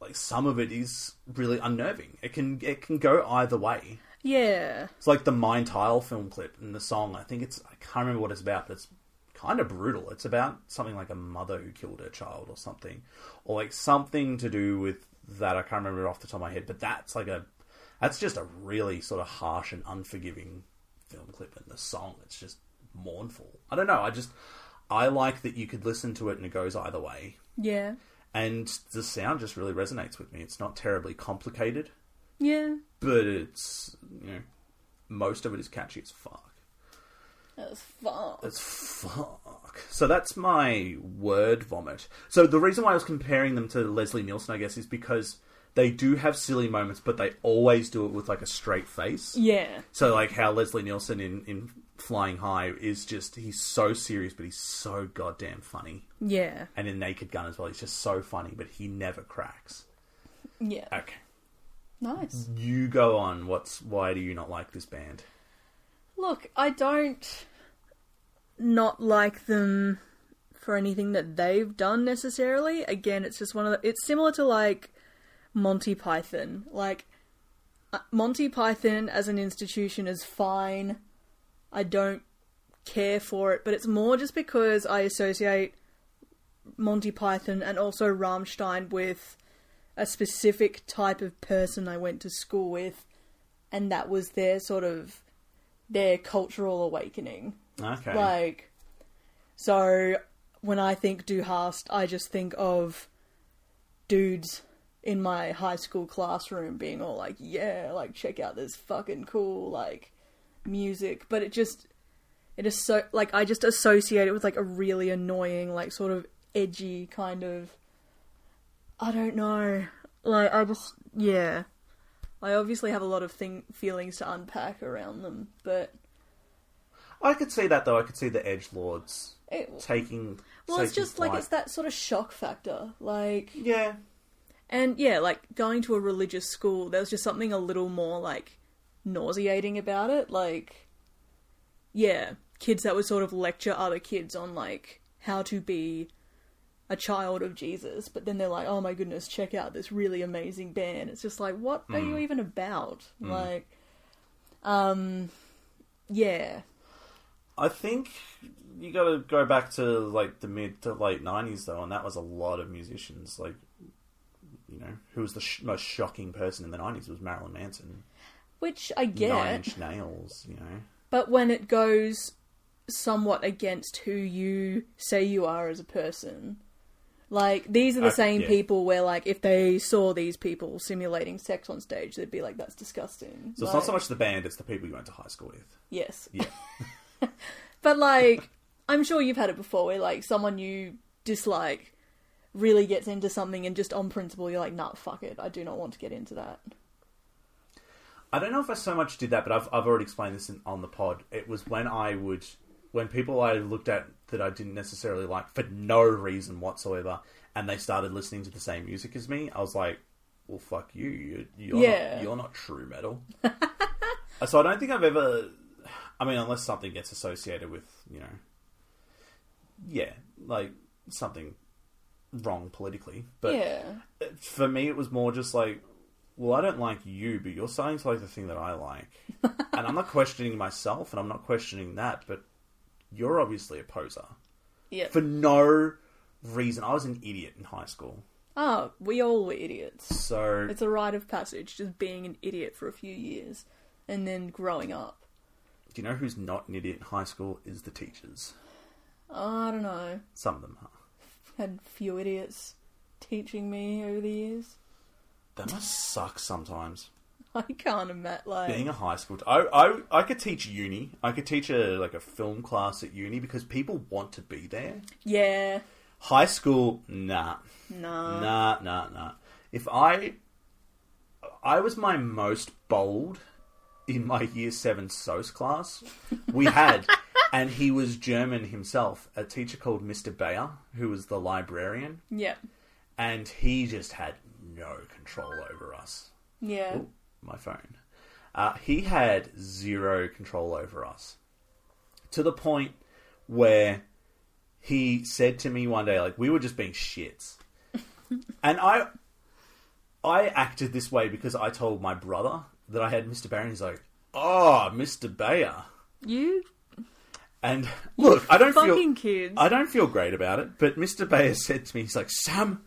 Speaker 1: like some of it is really unnerving. It can it can go either way.
Speaker 2: Yeah.
Speaker 1: It's like the Mine Tile film clip and the song. I think it's I can't remember what it's about, but it's kind of brutal. It's about something like a mother who killed her child or something, or like something to do with that. I can't remember off the top of my head, but that's like a that's just a really sort of harsh and unforgiving film clip, and the song it's just mournful. I don't know. I just I like that you could listen to it and it goes either way
Speaker 2: Yeah.
Speaker 1: and the sound just really resonates with me. It's not terribly complicated,
Speaker 2: Yeah.
Speaker 1: but it's you know most of it is catchy as fuck.
Speaker 2: That was fun.
Speaker 1: As fuck. So that's my word vomit. So the reason why I was comparing them to Leslie Nielsen, I guess, is because they do have silly moments, but they always do it with like a straight face.
Speaker 2: Yeah.
Speaker 1: So like how Leslie Nielsen in in Flying High is just he's so serious, but he's so goddamn funny.
Speaker 2: Yeah.
Speaker 1: And in Naked Gun as well, he's just so funny, but he never cracks.
Speaker 2: Yeah.
Speaker 1: Okay.
Speaker 2: Nice.
Speaker 1: You go on. What's why do you not like this band?
Speaker 2: Look, I don't not like them for anything that they've done necessarily. Again, it's just one of the. It's similar to like Monty Python. Like uh, Monty Python as an institution is fine. I don't care for it, but it's more just because I associate Monty Python and also Rammstein with a specific type of person I went to school with, and that was their sort of their cultural awakening.
Speaker 1: Okay.
Speaker 2: Like, so when I think Du Hast, I just think of dudes in my high school classroom being all like, yeah, like, check out this fucking cool, like, music. But it just, it is so, like, I just associate it with, like, a really annoying, like, sort of edgy kind of, I don't know. Like, I just, yeah. I obviously have a lot of thing feelings to unpack around them, but
Speaker 1: I could see that though. I could see the Edge Lords
Speaker 2: it,
Speaker 1: taking.
Speaker 2: Well, it's
Speaker 1: taking
Speaker 2: just like
Speaker 1: flight.
Speaker 2: it's that sort of shock factor, like,
Speaker 1: Yeah.
Speaker 2: and yeah, like going to a religious school. There was just something a little more like nauseating about it. Like, yeah, kids that would sort of lecture other kids on like how to be a child of Jesus, but then they're like, oh my goodness, check out this really amazing band. It's just like, what are
Speaker 1: Mm.
Speaker 2: you even about? Like, um, yeah,
Speaker 1: I think you got to go back to like the mid to late nineties though, and that was a lot of musicians. Like, you know, who was the sh- most shocking person in the nineties was Marilyn Manson.
Speaker 2: Which I get.
Speaker 1: Nine Inch Nails. You know,
Speaker 2: But when it goes somewhat against who you say you are as a person, like these are the
Speaker 1: Okay,
Speaker 2: same
Speaker 1: Uh, yeah.
Speaker 2: people where, like, if they saw these people simulating sex on stage, they'd be like, "That's disgusting."
Speaker 1: so it's
Speaker 2: Like,
Speaker 1: not so much the band; it's the people you went to high school with.
Speaker 2: Yes,
Speaker 1: Yeah,
Speaker 2: but like, I'm sure you've had it before, where like someone you dislike really gets into something, and just on principle, you're like, "Nah, fuck it, I do not want to get into that."
Speaker 1: I don't know if I so much did that, but I've I've already explained this in, on the pod. It was when I would when people I looked at that I didn't necessarily like for no reason whatsoever, and they started listening to the same music as me. I was like, "Well, fuck you! you you're
Speaker 2: Yeah.
Speaker 1: not, you're not true metal." so I don't think I've ever. I mean, unless something gets associated with you know, yeah, like something wrong politically, but
Speaker 2: yeah,
Speaker 1: for me, it was more just like, well, I don't like you, but you're starting to like the thing that I like. and I'm not questioning myself and I'm not questioning that, but you're obviously a poser.
Speaker 2: yeah.
Speaker 1: For no reason. I was an idiot in high school.
Speaker 2: oh, we all were idiots.
Speaker 1: So,
Speaker 2: It's a rite of passage, just being an idiot for a few years and then growing up.
Speaker 1: do you know who's not an idiot in high school? Is the teachers.
Speaker 2: I don't know.
Speaker 1: Some of them are.
Speaker 2: Had few idiots teaching me over the years.
Speaker 1: That must suck sometimes.
Speaker 2: I can't imagine. Like,
Speaker 1: Being a high school, I, I I could teach uni. I could teach a like a film class at uni because people want to be there.
Speaker 2: yeah,
Speaker 1: High school, nah.
Speaker 2: no,
Speaker 1: Nah, nah, nah. If I, I was my most bold in my year seven SOS class. We had, and he was German himself. A teacher called Mr. Bayer, who was the librarian,
Speaker 2: yeah,
Speaker 1: and he just had no control over us.
Speaker 2: yeah.
Speaker 1: Ooh, my phone. Uh, he had zero control over us to the point where he said to me one day, like, we were just being shits. and I I acted this way because I told my brother that I had Mr. Barry, and he's like, oh, Mr. Bayer.
Speaker 2: You
Speaker 1: And look, I don't feel.
Speaker 2: fucking kids.
Speaker 1: I don't feel great about it, but Mr. Bayer said to me, he's like, Sam,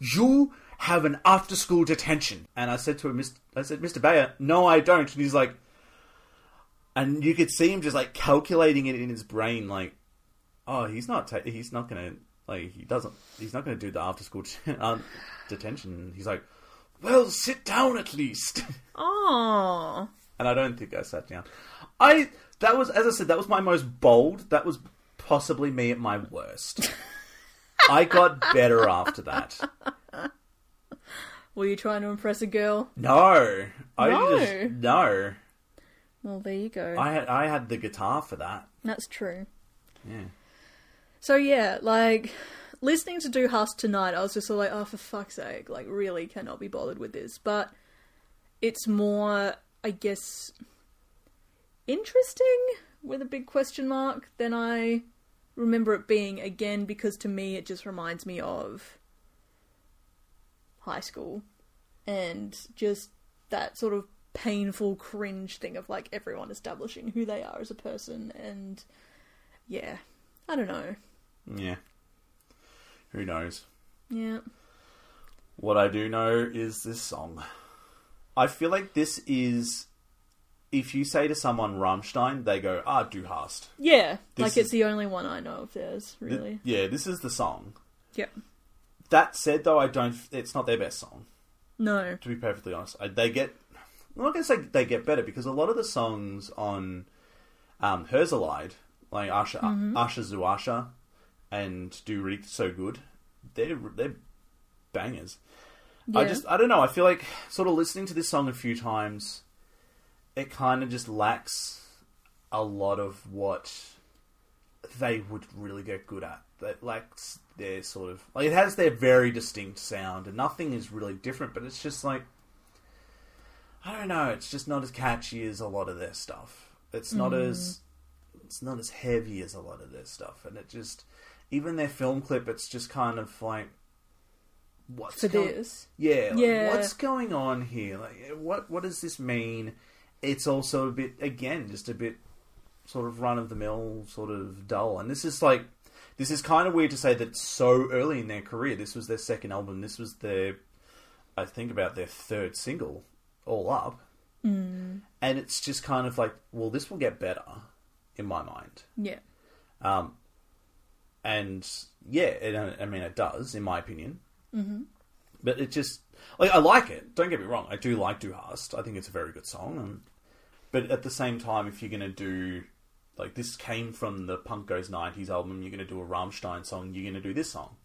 Speaker 1: you have an after school detention. And I said to him, Mr. I said, Mr. Bayer, no, I don't. And he's like, and you could see him just like calculating it in his brain, like, oh, he's not, ta- he's not going to, like, he doesn't, he's not going to do the after school um, detention. He's like, well, sit down at least.
Speaker 2: Aw.
Speaker 1: and I don't think I sat down. I that was as I said that was my most bold. That was possibly me at my worst. I got better after that.
Speaker 2: Were you trying to impress a girl?
Speaker 1: No, I
Speaker 2: No.
Speaker 1: just no.
Speaker 2: Well, there you go.
Speaker 1: I had I had the guitar for that.
Speaker 2: That's true.
Speaker 1: Yeah.
Speaker 2: So yeah, like listening to Do Husk tonight, I was just sort of like, oh for fuck's sake, like really cannot be bothered with this. But it's more, I guess, interesting with a big question mark than I remember it being again because to me it just reminds me of high school and just that sort of painful cringe thing of like everyone establishing who they are as a person and yeah i don't know
Speaker 1: Yeah. Who knows?
Speaker 2: yeah.
Speaker 1: What I do know is this song. I feel like this is if you say to someone Rammstein, they go, "Ah, du hast."
Speaker 2: Yeah. like
Speaker 1: This
Speaker 2: it's
Speaker 1: is-
Speaker 2: the only one I know of theirs,
Speaker 1: Th-
Speaker 2: really.
Speaker 1: Yeah, this is the song.
Speaker 2: Yep.
Speaker 1: That said, though, I don't. It's not their best song.
Speaker 2: No.
Speaker 1: to be perfectly honest, I, they get. I'm not going to say they get better because a lot of the songs on um, Herzalide, like Asha, Asha Zuasha, and Do Reek So Good, they're they're bangers. I
Speaker 2: Yeah.
Speaker 1: just I don't know. I feel like sort of listening to this song a few times, it kind of just lacks a lot of what they would really get good at. That lacks their sort of like it has their very distinct sound, and nothing is really different. But it's just like I don't know. It's just not as catchy as a lot of their stuff. It's not as it's not as heavy as a lot of their stuff, and it just even their film clip. It's just kind of like what's
Speaker 2: For
Speaker 1: going-
Speaker 2: this.
Speaker 1: yeah, like,
Speaker 2: Yeah.
Speaker 1: what's going on eh, here? Like, what what does this mean? It's also a bit again, just a bit sort of run of the mill, sort of dull. And this is like, this is kind of weird to say that so early in their career. This was their second album. This was their, I think, about their third single, all up. And it's just kind of like, well, this will get better, in my mind.
Speaker 2: Yeah.
Speaker 1: And yeah, it, uh, I mean, it does, in my opinion. Mm-hmm. But it just, like, I like it. Don't get me wrong. I do like Do Hast. I think it's a very good song. And, but at the same time, if you're going to do, like, this came from the Punk Goes 90s album, you're going to do a Rammstein song, you're going to do this song.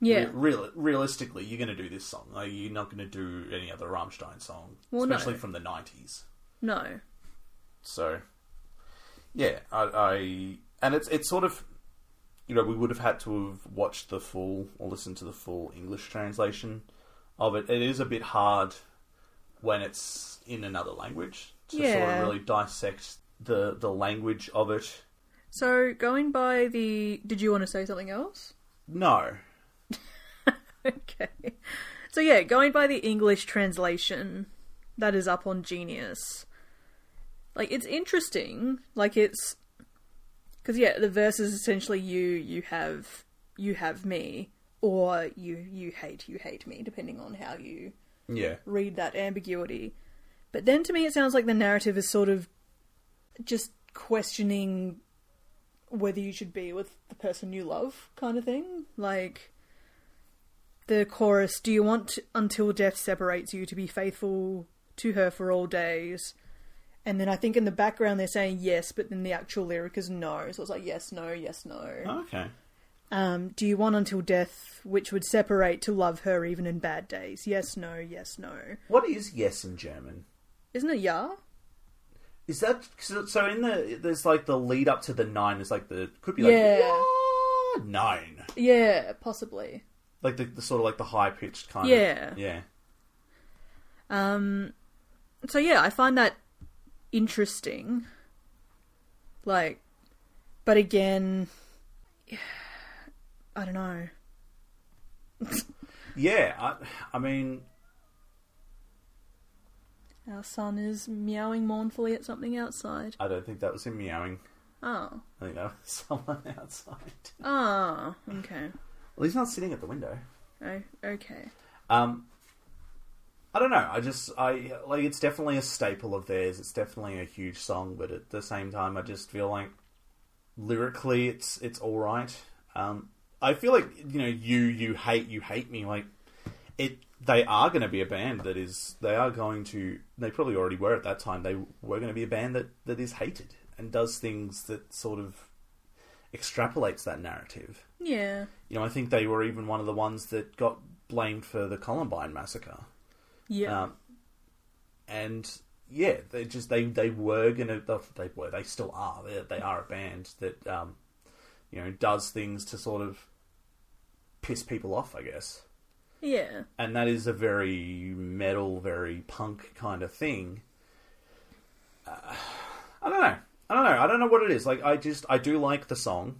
Speaker 2: Yeah.
Speaker 1: Real, realistically, you're going to do this song. Like, you're not going to do any other Rammstein song,
Speaker 2: Well, no.
Speaker 1: especially from the 90s.
Speaker 2: No.
Speaker 1: So, yeah, I, I and it's it's sort of, you know, we would have had to have watched the full or listened to the full English translation of it. It is a bit hard when it's in another language to sort
Speaker 2: Yeah.
Speaker 1: of really dissect the the language of it.
Speaker 2: So going by the, did you want to say something else?
Speaker 1: No,
Speaker 2: okay. So yeah, going by the English translation that is up on Genius. Like it's interesting, like it's cuz yeah, the verse is essentially you you have you have me or you you hate you hate me depending on how you
Speaker 1: yeah,
Speaker 2: read that ambiguity. But then to me, it sounds like the narrative is sort of just questioning whether you should be with the person you love, kind of thing. Like the chorus Do you want until death separates you to be faithful to her for all days? And then I think in the background they're saying yes, but then the actual lyric is no. So it's like yes, no, yes, no.
Speaker 1: okay,
Speaker 2: Um, do you want until death, which would separate to love her even in bad days? Yes, no, yes, no.
Speaker 1: what is yes in German?
Speaker 2: Isn't it yeah?
Speaker 1: Is that so? so In the there's like the lead up to the nine. There's like the could be like
Speaker 2: Yeah.
Speaker 1: "Ja, nine.
Speaker 2: Yeah, possibly.
Speaker 1: like the, the sort of like the high pitched kind
Speaker 2: Yeah.
Speaker 1: of yeah
Speaker 2: Um, so yeah, I find that interesting. Like, but again, I don't know.
Speaker 1: yeah I, I mean
Speaker 2: Our son is meowing mournfully at something outside.
Speaker 1: i don't think that was him meowing
Speaker 2: Oh,
Speaker 1: i think that was someone outside at
Speaker 2: oh, okay,
Speaker 1: least not sitting at the window
Speaker 2: oh, okay,
Speaker 1: um i don't know i just i like it's definitely a staple of theirs it's definitely a huge song but at the same time i just feel like lyrically it's it's all right um i feel like you know you you hate you hate me like it they are going to be a band that is they are going to they probably already were at that time they were going to be a band that that is hated and does things that sort of extrapolates that narrative
Speaker 2: yeah,
Speaker 1: you know i think they were even one of the ones that got blamed for the columbine massacre
Speaker 2: yeah,
Speaker 1: um, and yeah, they just they they were gonna they were they still are they, they are a band that um, you know does things to sort of piss people off, I guess.
Speaker 2: yeah,
Speaker 1: And that is a very metal, very punk kind of thing. Uh, I don't know. I don't know. I don't know what it is. Like I just I do like the song.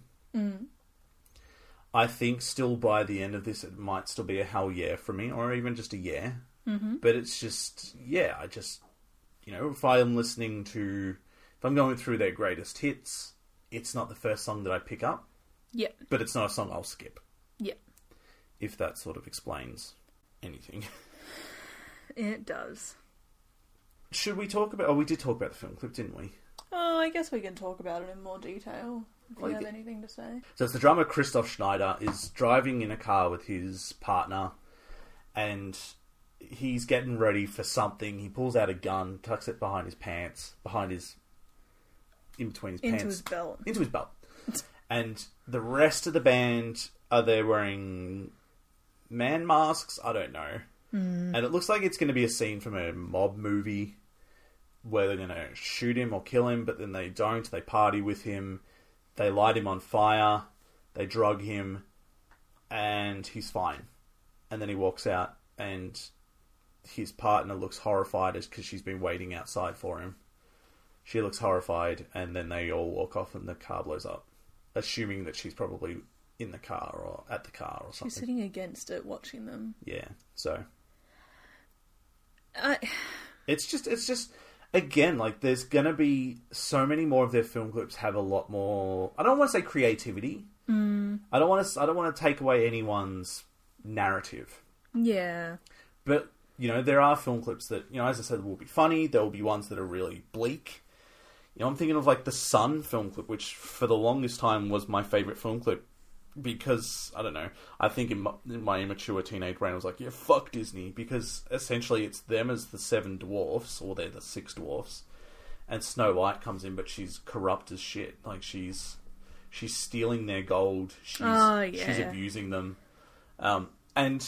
Speaker 1: I think still by the end of this, it might still be a hell yeah for me, or even just a yeah. Mm-hmm. But it's just, yeah, I just, you know, if I'm listening to, if I'm going through their greatest hits, it's not the first song that I pick up,
Speaker 2: yeah,
Speaker 1: but it's not a song I'll skip,
Speaker 2: yeah.
Speaker 1: if that sort of explains anything.
Speaker 2: It does.
Speaker 1: Should we talk about, oh, we did talk about the film clip, didn't we?
Speaker 2: Oh, I guess we can talk about it in more detail if you
Speaker 1: Like
Speaker 2: have
Speaker 1: it-
Speaker 2: anything to say.
Speaker 1: So it's the drummer Christoph Schneider is driving in a car with his partner, and he's getting ready for something. He pulls out a gun, tucks it behind his pants, behind his in between his
Speaker 2: Into
Speaker 1: pants,
Speaker 2: his belt.
Speaker 1: into his belt. and the rest of the band are they wearing man masks? I don't know. And it looks like it's going to be a scene from a mob movie where they're going to shoot him or kill him, but then they don't. They party with him, they light him on fire, they drug him, and he's fine. And then he walks out, and his partner looks horrified because she's been waiting outside for him. She looks horrified, and then they all walk off, and the car blows up, assuming that she's probably in the car or at the car or
Speaker 2: He's
Speaker 1: something.
Speaker 2: sitting against it, watching them.
Speaker 1: Yeah, so
Speaker 2: I,
Speaker 1: It's just it's just again, like there's gonna be so many more of their film clips have a lot more. I don't want to say creativity. Mm. I don't want to. I don't want to take away anyone's narrative,
Speaker 2: Yeah.
Speaker 1: but you know there are film clips that you know, as I said, will be funny. There will be ones that are really bleak. You know, I'm thinking of like the Sun film clip, which for the longest time was my favorite film clip because I don't know. I think in my, in my immature teenage brain, I was like, "Yeah, fuck Disney," because essentially it's them as the seven dwarfs, or they're the six dwarfs, and Snow White comes in, but she's corrupt as shit. Like she's she's stealing their gold. She's
Speaker 2: Oh,
Speaker 1: she's
Speaker 2: yeah.
Speaker 1: abusing them, um, and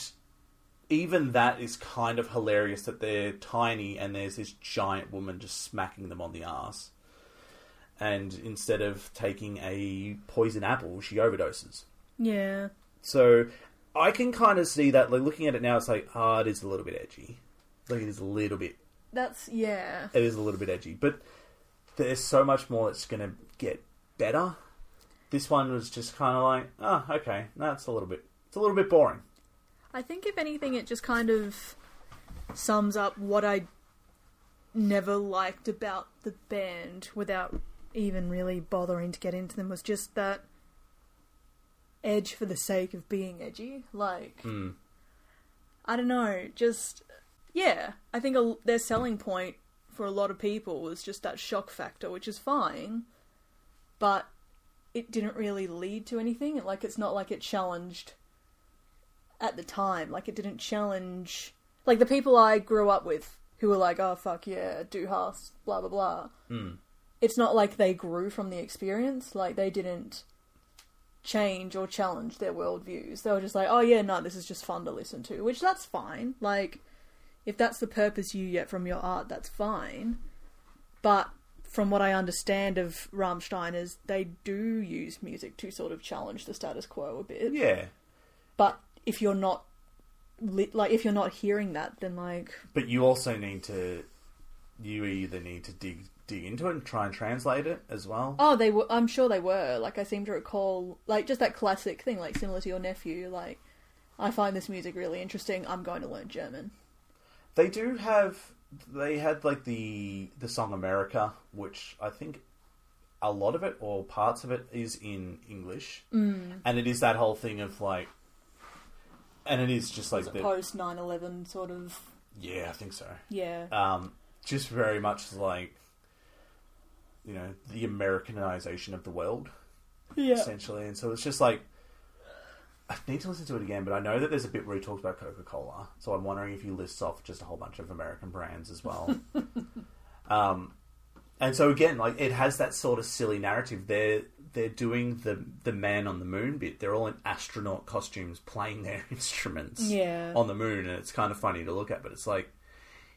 Speaker 1: even that is kind of hilarious that they're tiny and there's this giant woman just smacking them on the ass. And instead of taking a poison apple, she overdoses.
Speaker 2: Yeah.
Speaker 1: So I can kind of see that. Like looking at it now, it's like ah, it is a little bit edgy. Like it is a little bit,
Speaker 2: That's yeah.
Speaker 1: it is a little bit edgy. But there's so much more that's going to get better. This one was just kind of like ah, okay, that's a little bit, it's a little bit boring.
Speaker 2: I think if anything it just kind of sums up what I never liked about the band without even really bothering to get into them was just that edge for the sake of being edgy. Like I don't know, just yeah, I think a, their selling point for a lot of people was just that shock factor, which is fine, but it didn't really lead to anything. Like it's not like it challenged at the time. Like it didn't challenge like the people I grew up with who were like, "Oh fuck yeah, do house, blah blah blah." It's not like they grew from the experience. Like they didn't change or challenge their worldviews. They were just like, "Oh yeah, no, this is just fun to listen to," which that's fine. Like if that's the purpose you get from your art, that's fine. But from what I understand of Rammstein is they do use music to sort of challenge the status quo a bit
Speaker 1: Yeah,
Speaker 2: but if you're not li- like if you're not hearing that then like
Speaker 1: but you also need to, you either need to dig dig into it and try and translate it as well.
Speaker 2: oh they were i'm sure they were like i seem to recall like just that classic thing like similar to your nephew like i find this music really interesting i'm going to learn german
Speaker 1: They do have. They had like the the song America, which I think a lot of it or parts of it is in English, mm. and it is that whole thing of like, and it is just like the,
Speaker 2: post 9-11 sort of
Speaker 1: yeah, I think so.
Speaker 2: yeah
Speaker 1: Um, just very much like you know the Americanization of the world
Speaker 2: yeah
Speaker 1: essentially, and so it's just like. I need to listen to it again, but I know that there's a bit where he talks about Coca Cola, so I'm wondering if he lists off just a whole bunch of American brands as well. um, and so again, like it has that sort of silly narrative. They're they're doing the the man on the moon bit. They're all in astronaut costumes playing their instruments
Speaker 2: Yeah.
Speaker 1: on the moon, and it's kind of funny to look at. But it's like,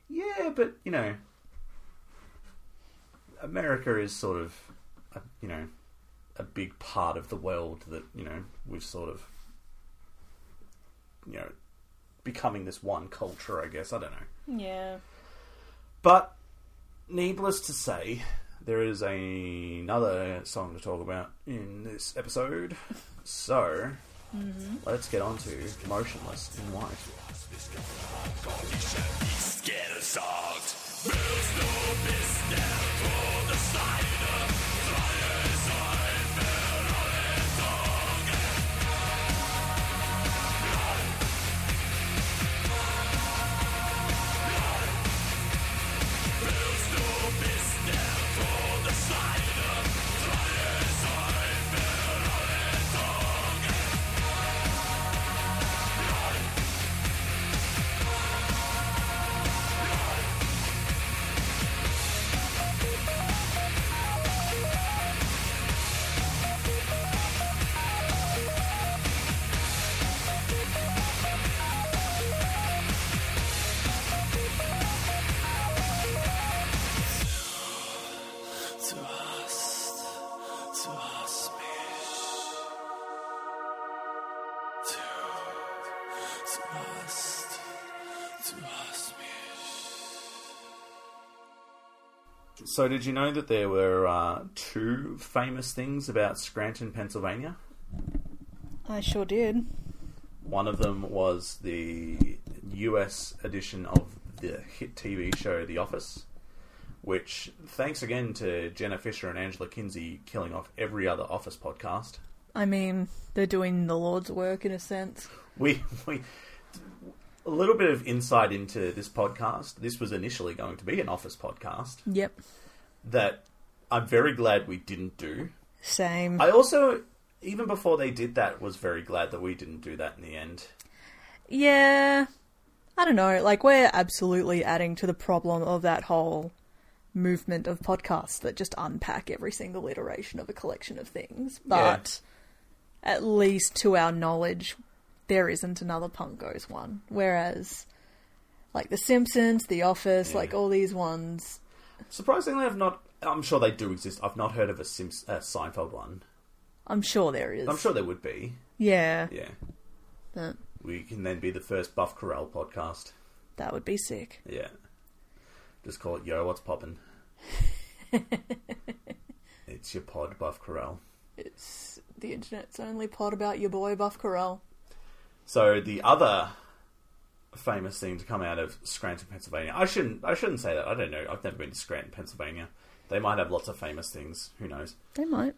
Speaker 1: yeah, but you know, America is sort of, a, you know, a big part of the world that you know we've sort of, you know, becoming this one culture. I guess I don't know.
Speaker 2: yeah
Speaker 1: But needless to say, there is another song to talk about in this episode. So let's get on to Motionless in White.
Speaker 3: Du hast, du hast mich. Du, du hast, du hast mich.
Speaker 1: So, did you know that there were uh, two famous things about Scranton, Pennsylvania?
Speaker 2: i sure did
Speaker 1: One of them was the US edition of the hit TV show The Office, which thanks again to Jenna Fisher and Angela Kinsey killing off every other Office podcast.
Speaker 2: I mean, they're doing the Lord's work in a sense.
Speaker 1: We we a little bit of insight into this podcast. This was initially going to be an Office podcast
Speaker 2: Yep.
Speaker 1: that I'm very glad we didn't do.
Speaker 2: Same.
Speaker 1: I also even before they did that was very glad that we didn't do that in the end.
Speaker 2: Yeah. I don't know. Like, we're absolutely adding to the problem of that whole movement of podcasts that just unpack every single iteration of a collection of things. But at least to our knowledge, there isn't another Punk Goes one. Whereas, like, The Simpsons, The Office,
Speaker 1: Yeah.
Speaker 2: like, all these ones.
Speaker 1: Surprisingly, I've not. I'm sure they do exist. I've not heard of a Simps- uh, Seinfeld one.
Speaker 2: I'm sure there is.
Speaker 1: I'm sure there would be.
Speaker 2: Yeah.
Speaker 1: Yeah,
Speaker 2: That,
Speaker 1: we can then be the first Buff Corral podcast.
Speaker 2: that would be sick.
Speaker 1: Yeah. Just call it Yo, what's poppin'? it's your pod, Buff Corral.
Speaker 2: It's the internet's only pod about your boy, Buff Corral.
Speaker 1: So the other famous thing to come out of Scranton, Pennsylvania. I shouldn't. I shouldn't say that. I don't know. I've never been to Scranton, Pennsylvania. They might have lots of famous things. Who knows?
Speaker 2: They might.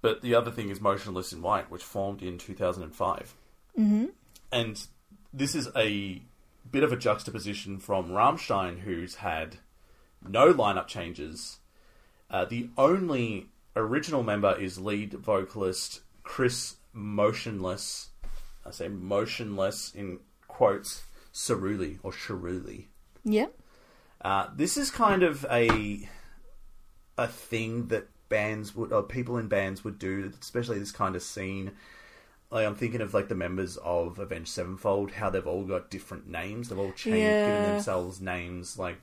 Speaker 1: But the other thing is Motionless in White, which formed in 2005. Mm-hmm. And this is a bit of a juxtaposition from Rammstein, who's had no lineup changes. Uh, the only original member is lead vocalist Chris Motionless. I say motionless in quotes, Cerulli or Cerulli.
Speaker 2: Yep.
Speaker 1: Uh, this is kind of a a thing that bands would, or people in bands would do, especially this kind of scene. Like I'm thinking of like the members of Avenged Sevenfold, how they've all got different names. They've all changed,
Speaker 2: Yeah.
Speaker 1: given themselves names. Like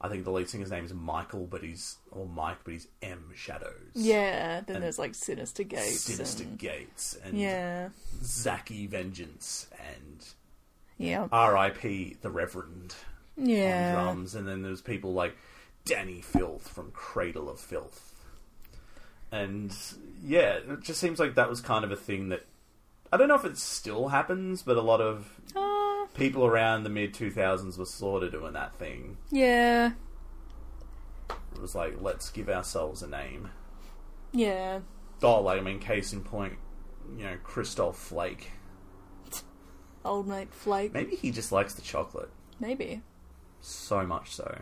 Speaker 1: I think the lead singer's name is Michael, but he's or Mike, but he's M Shadows.
Speaker 2: Yeah, then
Speaker 1: And
Speaker 2: there's like Sinister Gates.
Speaker 1: Sinister
Speaker 2: and,
Speaker 1: Gates and
Speaker 2: Yeah.
Speaker 1: Zacky Vengeance and
Speaker 2: Yeah.
Speaker 1: R.I.P. the Reverend. on
Speaker 2: yeah.
Speaker 1: drums, and then there's people like Danny Filth from Cradle of Filth, and yeah, it just seems like that was kind of a thing that I don't know if it still happens, but a lot of
Speaker 2: Uh,
Speaker 1: people around the mid 2000s were sort of doing that thing.
Speaker 2: yeah.
Speaker 1: It was like let's give ourselves a name.
Speaker 2: Yeah.
Speaker 1: Oh, like I mean, case in point, you know, Christoph Flake.
Speaker 2: Old mate Flake.
Speaker 1: Maybe he just likes the chocolate.
Speaker 2: Maybe.
Speaker 1: So much so.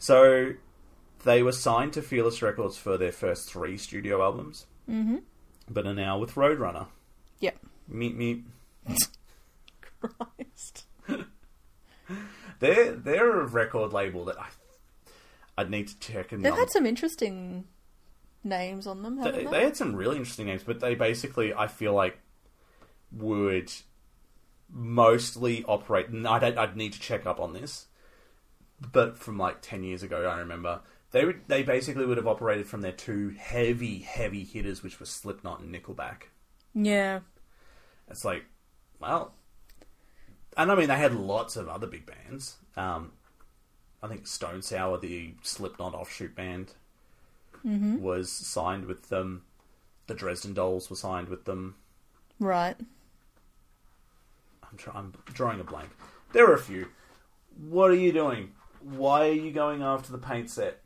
Speaker 1: So they were signed to Fearless Records for their first three studio albums, mm-hmm. but are now with Roadrunner.
Speaker 2: Yep.
Speaker 1: Meet me.
Speaker 2: Christ.
Speaker 1: They're they're a record label that I I'd need to check and
Speaker 2: They've
Speaker 1: num-
Speaker 2: had some interesting names on them, haven't
Speaker 1: they,
Speaker 2: they?
Speaker 1: they had some really interesting names, but they basically I feel like would mostly operate. And I'd I'd need to check up on this, but from like ten years ago, I remember they would they basically would have operated from their two heavy heavy hitters, which were Slipknot and Nickelback.
Speaker 2: Yeah.
Speaker 1: It's like, well, and I mean they had lots of other big bands. Um, I think Stone Sour, the Slipknot offshoot band, was signed with them. The Dresden Dolls were signed with them.
Speaker 2: Right.
Speaker 1: I'm, try- I'm drawing a blank. There are a few. What are you doing? Why are you going after the paint set?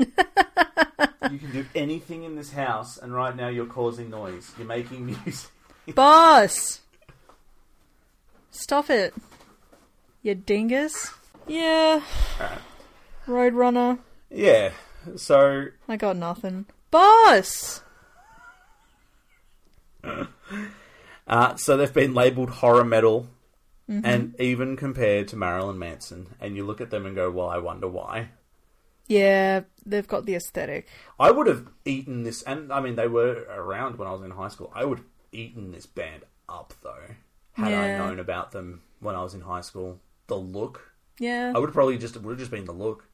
Speaker 1: you can do anything in this house, and right now you're causing noise. You're making music.
Speaker 2: Boss! Stop it. You dingus. Yeah. Roadrunner.
Speaker 1: Yeah. So
Speaker 2: I got nothing. Boss!
Speaker 1: Uh, so they've been labelled horror metal
Speaker 2: Mm-hmm.
Speaker 1: and even compared to Marilyn Manson. And you look at them and go, well, I wonder why.
Speaker 2: Yeah, they've got the aesthetic.
Speaker 1: I would have eaten this, and I mean, they were around when I was in high school. I would have eaten this band up, though, had I
Speaker 2: Yeah.
Speaker 1: known about them when I was in high school. The look.
Speaker 2: Yeah.
Speaker 1: I would have probably just, it would have just been the look.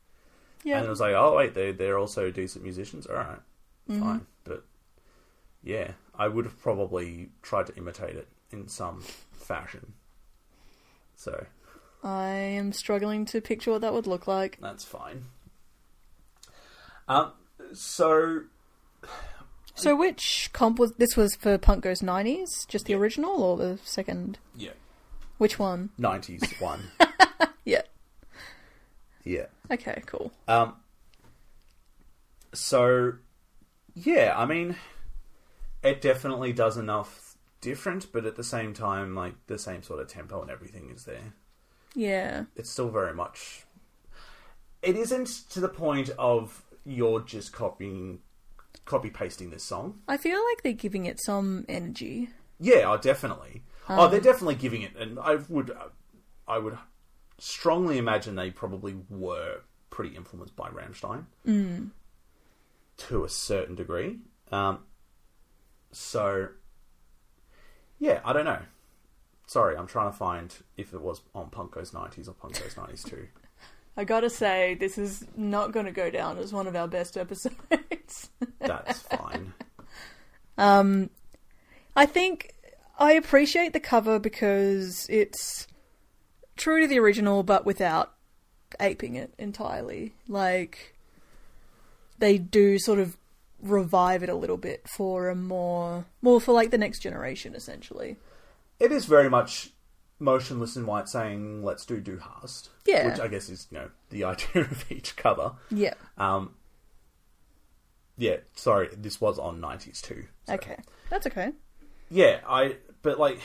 Speaker 2: yeah.
Speaker 1: And it was like, oh, wait, they're, they're also decent musicians. All right,
Speaker 2: Mm-hmm.
Speaker 1: fine. But yeah, I would have probably tried to imitate it in some fashion. So.
Speaker 2: I am struggling to picture what that would look like.
Speaker 1: That's fine. Um, so
Speaker 2: So, which comp was this? Was for Punk Goes Nineties, just the original or the second?
Speaker 1: yeah,
Speaker 2: Which one?
Speaker 1: nineties one.
Speaker 2: Yeah,
Speaker 1: Yeah.
Speaker 2: Okay, cool.
Speaker 1: Um, so, yeah, I mean, it definitely does enough different, but at the same time, like, the same sort of tempo and everything is there.
Speaker 2: Yeah.
Speaker 1: It's still very much. It isn't to the point of you're just copying, copy pasting this song.
Speaker 2: I feel like they're giving it some energy.
Speaker 1: Yeah, oh, definitely. oh, they're definitely giving it, and I would, I would strongly imagine they probably were pretty influenced by Ramstein to a certain degree. Um, so, yeah, I don't know. Sorry, I'm trying to find if it was on Punko's 90s or Punko's 90s too.
Speaker 2: I gotta say, this is not gonna go down as one of our best episodes.
Speaker 1: That's fine.
Speaker 2: I think I appreciate the cover because it's true to the original but without aping it entirely. Like they do sort of revive it a little bit for a more more for like the next generation essentially.
Speaker 1: It is very much motionless in white saying, let's do Do Hast.
Speaker 2: Yeah.
Speaker 1: Which I guess is, you know, the idea of each cover.
Speaker 2: Yeah.
Speaker 1: Um, yeah, sorry, this was on 90s too. so-
Speaker 2: Okay. That's okay.
Speaker 1: Yeah, I but like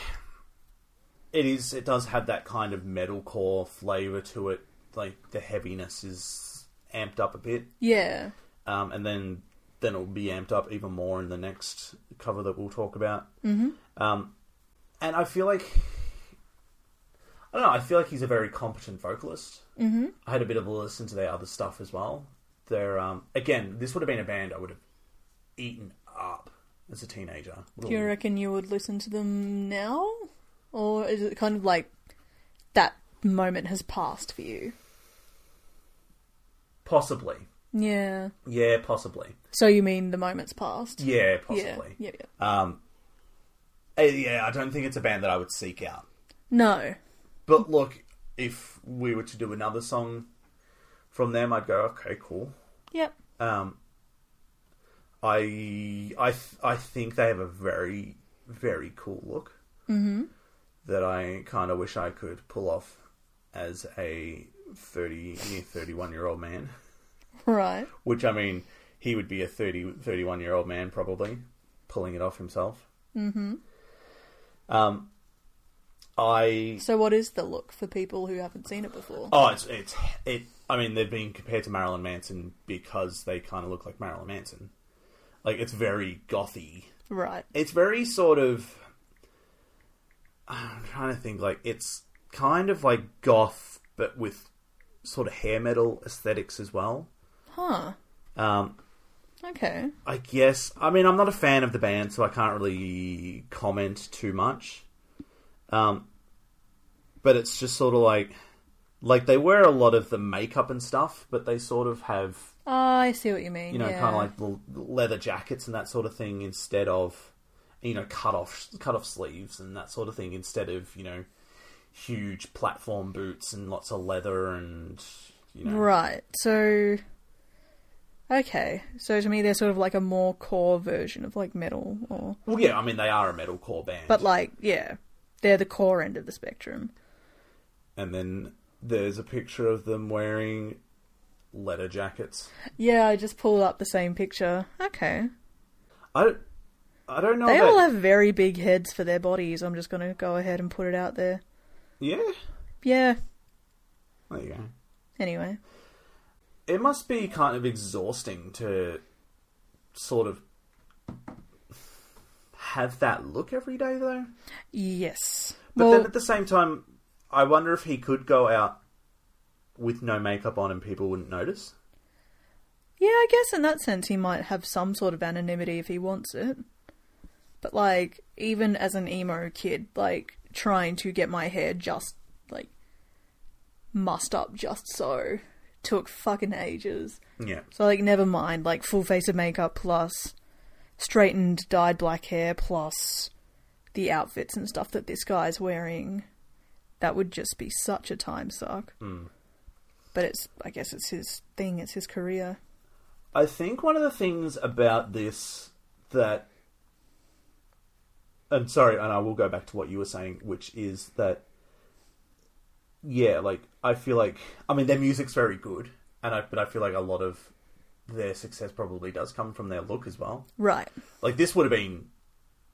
Speaker 1: it is it does have that kind of metalcore flavor to it. Like the heaviness is amped up a bit.
Speaker 2: Yeah.
Speaker 1: Um, and then then it'll be amped up even more in the next cover that we'll talk about. Mm-hmm. Um, and I feel like I don't know. I feel like he's a very competent vocalist. Mm-hmm. I had a bit of a listen to their other stuff as well. They're um, again, this would have been a band I would have eaten up as a teenager.
Speaker 2: Do you reckon you would listen to them now? Or is it kind of like that moment has passed for you?
Speaker 1: Possibly.
Speaker 2: Yeah.
Speaker 1: Yeah, possibly.
Speaker 2: So you mean the moment's passed?
Speaker 1: Yeah,
Speaker 2: Yeah.
Speaker 1: possibly.
Speaker 2: Yeah, yeah.
Speaker 1: Um, eh, yeah, I don't think it's a band that I would seek out.
Speaker 2: No.
Speaker 1: But look, if we were to do another song from them, I'd go, okay, cool.
Speaker 2: Yep.
Speaker 1: Um, I I th- I think they have a very very cool look mm-hmm. that I kind of wish I could pull off as a thirty near thirty one year old man.
Speaker 2: Right.
Speaker 1: Which I mean, he would be a 30, 31 year old man probably pulling it off himself. Mm-hmm. Um, I
Speaker 2: So what is the look for people who haven't seen it before?
Speaker 1: oh, it's it's it. I mean, they've been compared to Marilyn Manson because they kind of look like Marilyn Manson. Like it's very gothy.
Speaker 2: Right.
Speaker 1: It's very sort of. I'm trying to think. Like it's kind of like goth, but with sort of hair metal aesthetics as well.
Speaker 2: Huh.
Speaker 1: Um,
Speaker 2: Okay.
Speaker 1: I guess. I mean, I'm not a fan of the band, so I can't really comment too much. Um, but it's just sort of like, like they wear a lot of the makeup and stuff, but they sort of have,
Speaker 2: I see what you mean.
Speaker 1: you know,
Speaker 2: yeah.
Speaker 1: kind of like the leather jackets and that sort of thing instead of, you know, cut off cut off sleeves and that sort of thing instead of you know, huge platform boots and lots of leather and you know,
Speaker 2: Right. So Okay. So to me they're sort of like a more core version of like metal or
Speaker 1: well, yeah. I mean, they are a metalcore band,
Speaker 2: but like yeah. They're the core end of the spectrum.
Speaker 1: and then there's a picture of them wearing leather jackets.
Speaker 2: Yeah, I just pulled up the same picture. Okay.
Speaker 1: I don't, I don't know.
Speaker 2: They
Speaker 1: about,
Speaker 2: all have very big heads for their bodies. I'm just going to go ahead and put it out there.
Speaker 1: yeah.
Speaker 2: Yeah.
Speaker 1: There you go.
Speaker 2: Anyway.
Speaker 1: It must be kind of exhausting to sort of have that look every day, though.
Speaker 2: Yes.
Speaker 1: But
Speaker 2: well,
Speaker 1: then at the same time, I wonder if he could go out with no makeup on and people wouldn't notice.
Speaker 2: yeah, I guess in that sense he might have some sort of anonymity if he wants it. But like even as an emo kid, like trying to get my hair just like mussed up just so took fucking ages.
Speaker 1: Yeah.
Speaker 2: So like never mind, like full face of makeup plus straightened dyed black hair plus the outfits and stuff that this guy's wearing. That would just be such a time suck. But it's I guess it's his thing, it's his career.
Speaker 1: I think one of the things about this that I'm sorry, and I will go back to what you were saying, which is that yeah, like I feel like I mean their music's very good, and I but I feel like a lot of their success probably does come from their look as well.
Speaker 2: Right.
Speaker 1: Like this would have been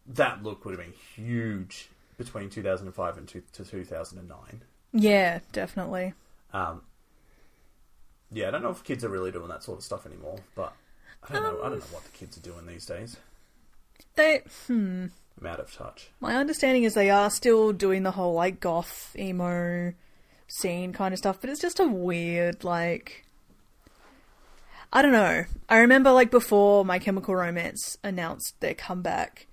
Speaker 1: that look would have been huge between 2005 and two, to 2009.
Speaker 2: Yeah, definitely.
Speaker 1: Um, yeah, I don't know if kids are really doing that sort of stuff anymore, but I don't know. I don't know what the kids are doing these days.
Speaker 2: They
Speaker 1: I'm out of touch.
Speaker 2: my understanding is they are still doing the whole like goth emo scene kind of stuff, but it's just a weird like I don't know. I remember like before My Chemical Romance announced their comeback,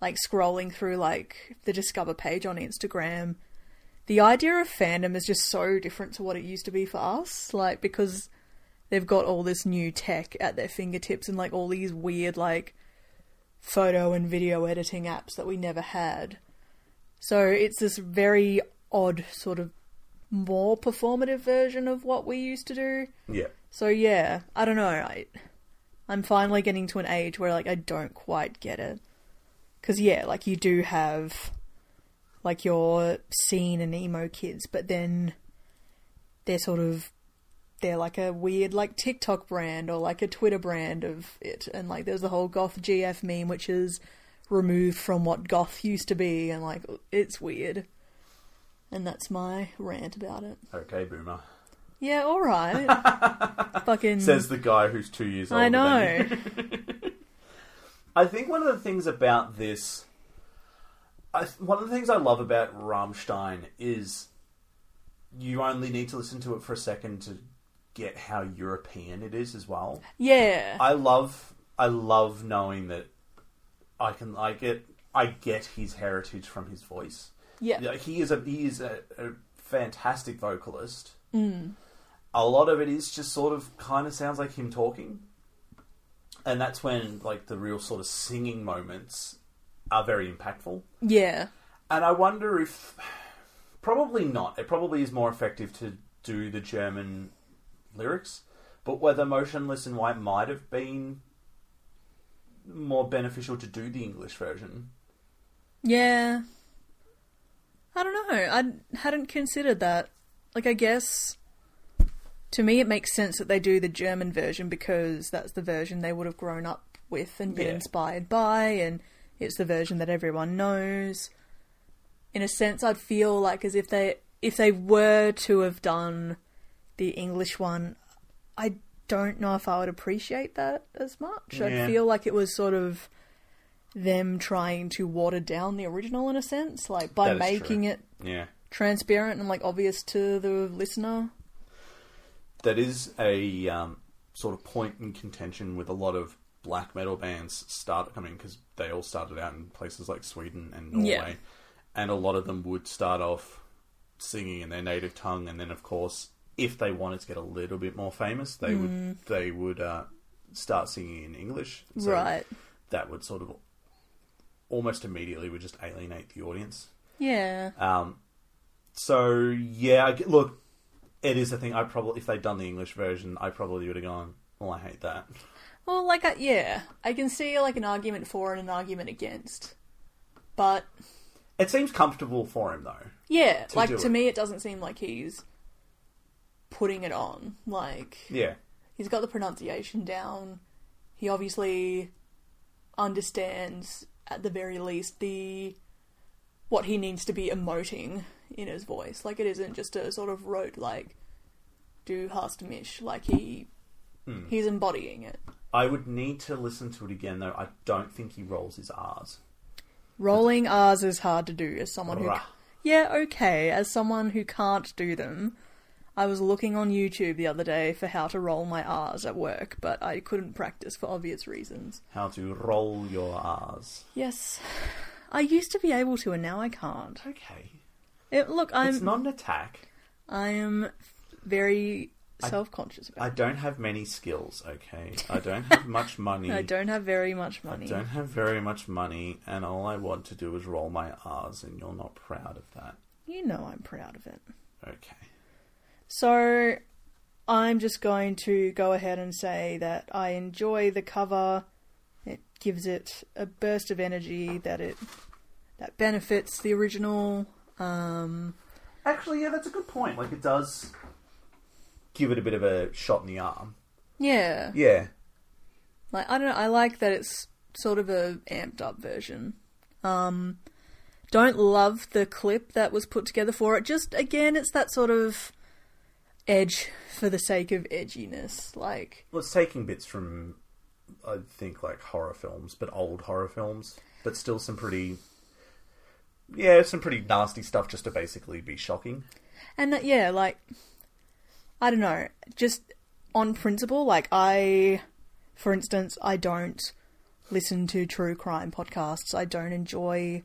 Speaker 2: like scrolling through like the discover page on Instagram. The idea of fandom is just so different to what it used to be for us, like because they've got all this new tech at their fingertips and like all these weird like photo and video editing apps that we never had. So it's this very odd sort of more performative version of what we used to do.
Speaker 1: Yeah,
Speaker 2: So yeah, I don't know. I, I'm finally getting to an age where like I don't quite get it. Cuz yeah, like you do have like your scene and emo kids, but then they're sort of they're like a weird like TikTok brand or like a Twitter brand of it and like there's the whole goth GF meme which is removed from what goth used to be and like it's weird. And that's my rant about it.
Speaker 1: okay, boomer.
Speaker 2: Yeah, all right. Fucking
Speaker 1: Says the guy who's two years old.
Speaker 2: I know.
Speaker 1: I think one of the things about this, I, th- one of the things I love about Rammstein is you only need to listen to it for a second to get how European it is as well.
Speaker 2: yeah.
Speaker 1: I love, I love knowing that I can, I get, I get his heritage from his voice.
Speaker 2: yeah.
Speaker 1: Yeah, he is a he is a, a fantastic vocalist. A lot of it is just sort of kind of sounds like him talking, and that's when like the real sort of singing moments are very impactful.
Speaker 2: Yeah.
Speaker 1: And I wonder if probably not. It probably is more effective to do the German lyrics, but whether Motionless in White might have been more beneficial to do the English version.
Speaker 2: Yeah. I don't know. I hadn't considered that. Like, I guess to me it makes sense that they do the German version because that's the version they would have grown up with and been
Speaker 1: Yeah.
Speaker 2: inspired by, and it's the version that everyone knows. In a sense, I'd feel like as if they if they were to have done the English one, I don't know if I would appreciate that as much.
Speaker 1: Yeah.
Speaker 2: I'd feel like it was sort of them trying to water down the original in a sense, like by
Speaker 1: That is true.
Speaker 2: making it
Speaker 1: Yeah.
Speaker 2: transparent and like obvious to the listener.
Speaker 1: that is a um, sort of point in contention with a lot of black metal bands start coming because they all started out in places like Sweden and Norway,
Speaker 2: Yeah.
Speaker 1: and a lot of them would start off singing in their native tongue, and then of course, if they wanted to get a little bit more famous, they
Speaker 2: Mm.
Speaker 1: would they would uh, start singing in English, So
Speaker 2: Right.
Speaker 1: That would sort of almost immediately would just alienate the audience.
Speaker 2: Yeah.
Speaker 1: Um, so yeah, I g look, it is a thing. I probably if they'd done the English version, I probably would have gone. Well, I hate that.
Speaker 2: Well, like, I, yeah, I can see like an argument for and an argument against, but
Speaker 1: It seems comfortable for him though.
Speaker 2: yeah,
Speaker 1: To do
Speaker 2: like to
Speaker 1: it.
Speaker 2: me, it doesn't seem like he's putting it on. Like,
Speaker 1: Yeah,
Speaker 2: he's got the pronunciation down. He obviously understands, at the very least, the what he needs to be emoting in his voice. Like it isn't just a sort of rote like do hast mish. Like he he's embodying it.
Speaker 1: I would need to listen to it again though. I don't think he rolls his R's.
Speaker 2: Rolling R's is hard to do as someone who
Speaker 1: Rah.
Speaker 2: Yeah, okay. As someone who can't do them, I was looking on YouTube the other day for how to roll my R's at work, but I couldn't practice for obvious reasons.
Speaker 1: How to roll your R's?
Speaker 2: Yes. I used to be able to, and now I can't.
Speaker 1: Okay,
Speaker 2: It, look,
Speaker 1: it's
Speaker 2: I'm
Speaker 1: not an attack.
Speaker 2: I am very self-conscious
Speaker 1: I
Speaker 2: about.
Speaker 1: don't have many skills. Okay, I don't have much money.
Speaker 2: it. I don't have very much
Speaker 1: I
Speaker 2: money.
Speaker 1: don't have very much money, and all I want to do is roll my R's, and you're not proud of that.
Speaker 2: You know, I'm proud of it.
Speaker 1: Okay.
Speaker 2: So, I'm just going to go ahead and say that I enjoy the cover. It gives it a burst of energy that it that benefits the original. Um,
Speaker 1: Actually, yeah, that's a good point. Like, it does give it a bit of a shot in the arm.
Speaker 2: Yeah.
Speaker 1: Yeah.
Speaker 2: Like I don't know, I like that it's sort of a amped up version. Um don't love the clip that was put together for it. Just again, it's that sort of edge for the sake of edginess. Like
Speaker 1: Well, it's taking bits from, I think, like horror films, but old horror films, but still some pretty, yeah, some pretty nasty stuff just to basically be shocking.
Speaker 2: and that, yeah, like I don't know, just on principle, like I for instance, I don't listen to true crime podcasts. I don't enjoy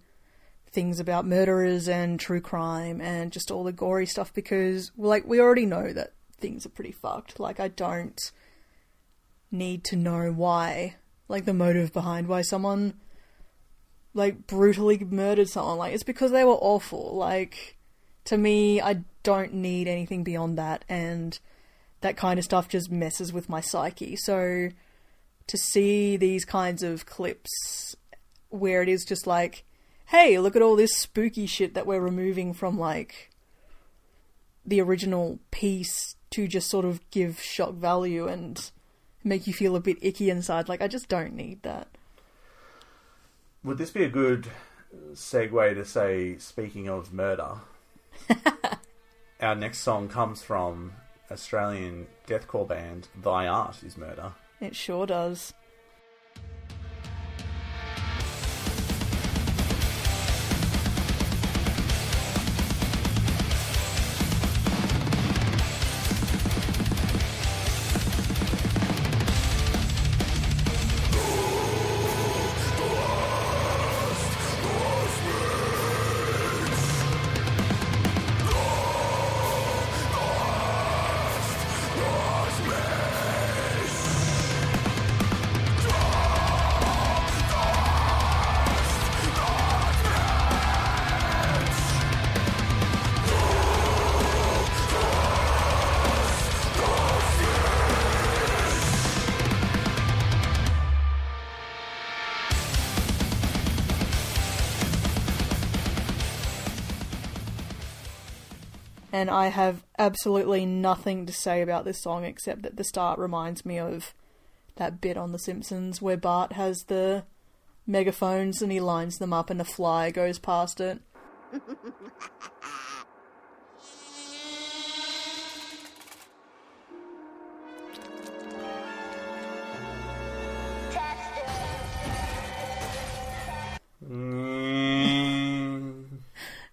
Speaker 2: things about murderers and true crime and just all the gory stuff because like we already know that things are pretty fucked. Like I don't need to know why, like the motive behind why someone like brutally murdered someone. Like it's because they were awful. Like to me, I don't need anything beyond that and that kind of stuff just messes with my psyche. So to see these kinds of clips where it is just like, hey, look at all this spooky shit that we're removing from like the original piece to just sort of give shock value and make you feel a bit icky inside. Like, I just don't need that.
Speaker 1: Would this be a good segue to say, speaking of murder, our next song comes from Australian deathcore band Thy Art is Murder.
Speaker 2: It sure does. and I have absolutely nothing to say about this song except that the start reminds me of that bit on The Simpsons where Bart has the megaphones and he lines them up and a fly goes past it.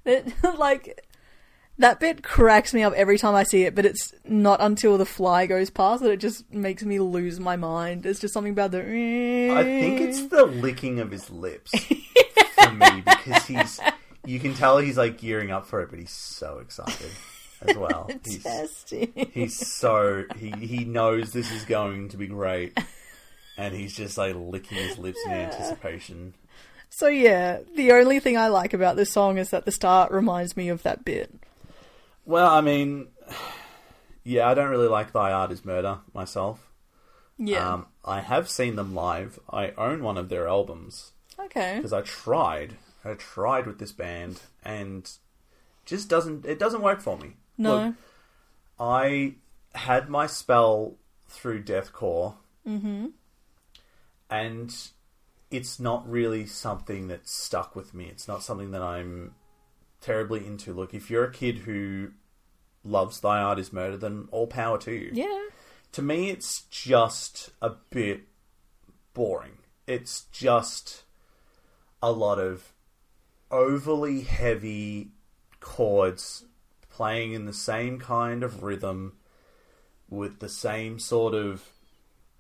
Speaker 2: It, like that bit cracks me up every time I see it, but it's not until the fly goes past that it just makes me lose my mind. There's just something about the.
Speaker 1: I think it's the licking of his lips for me because he's. You can tell he's like gearing up for it, but he's so excited as well. He's,
Speaker 2: testing.
Speaker 1: he's so he he knows this is going to be great, and he's just like licking his lips in anticipation.
Speaker 2: So yeah, the only thing I like about this song is that the start reminds me of that bit.
Speaker 1: Well, I mean, yeah, I don't really like Thy Art is Murder myself.
Speaker 2: Yeah.
Speaker 1: Um, I have seen them live. I own one of their albums.
Speaker 2: okay.
Speaker 1: because I tried, I tried with this band, and just doesn't it doesn't work for me.
Speaker 2: No.
Speaker 1: Look, I had my spell through deathcore, mm-hmm. and it's not really something that stuck with me. It's not something that I'm terribly into. Look, if you're a kid who loves Thy Art Is Murder, then all power to you
Speaker 2: yeah.
Speaker 1: to me it's just a bit boring it's just a lot of overly heavy chords playing in the same kind of rhythm with the same sort of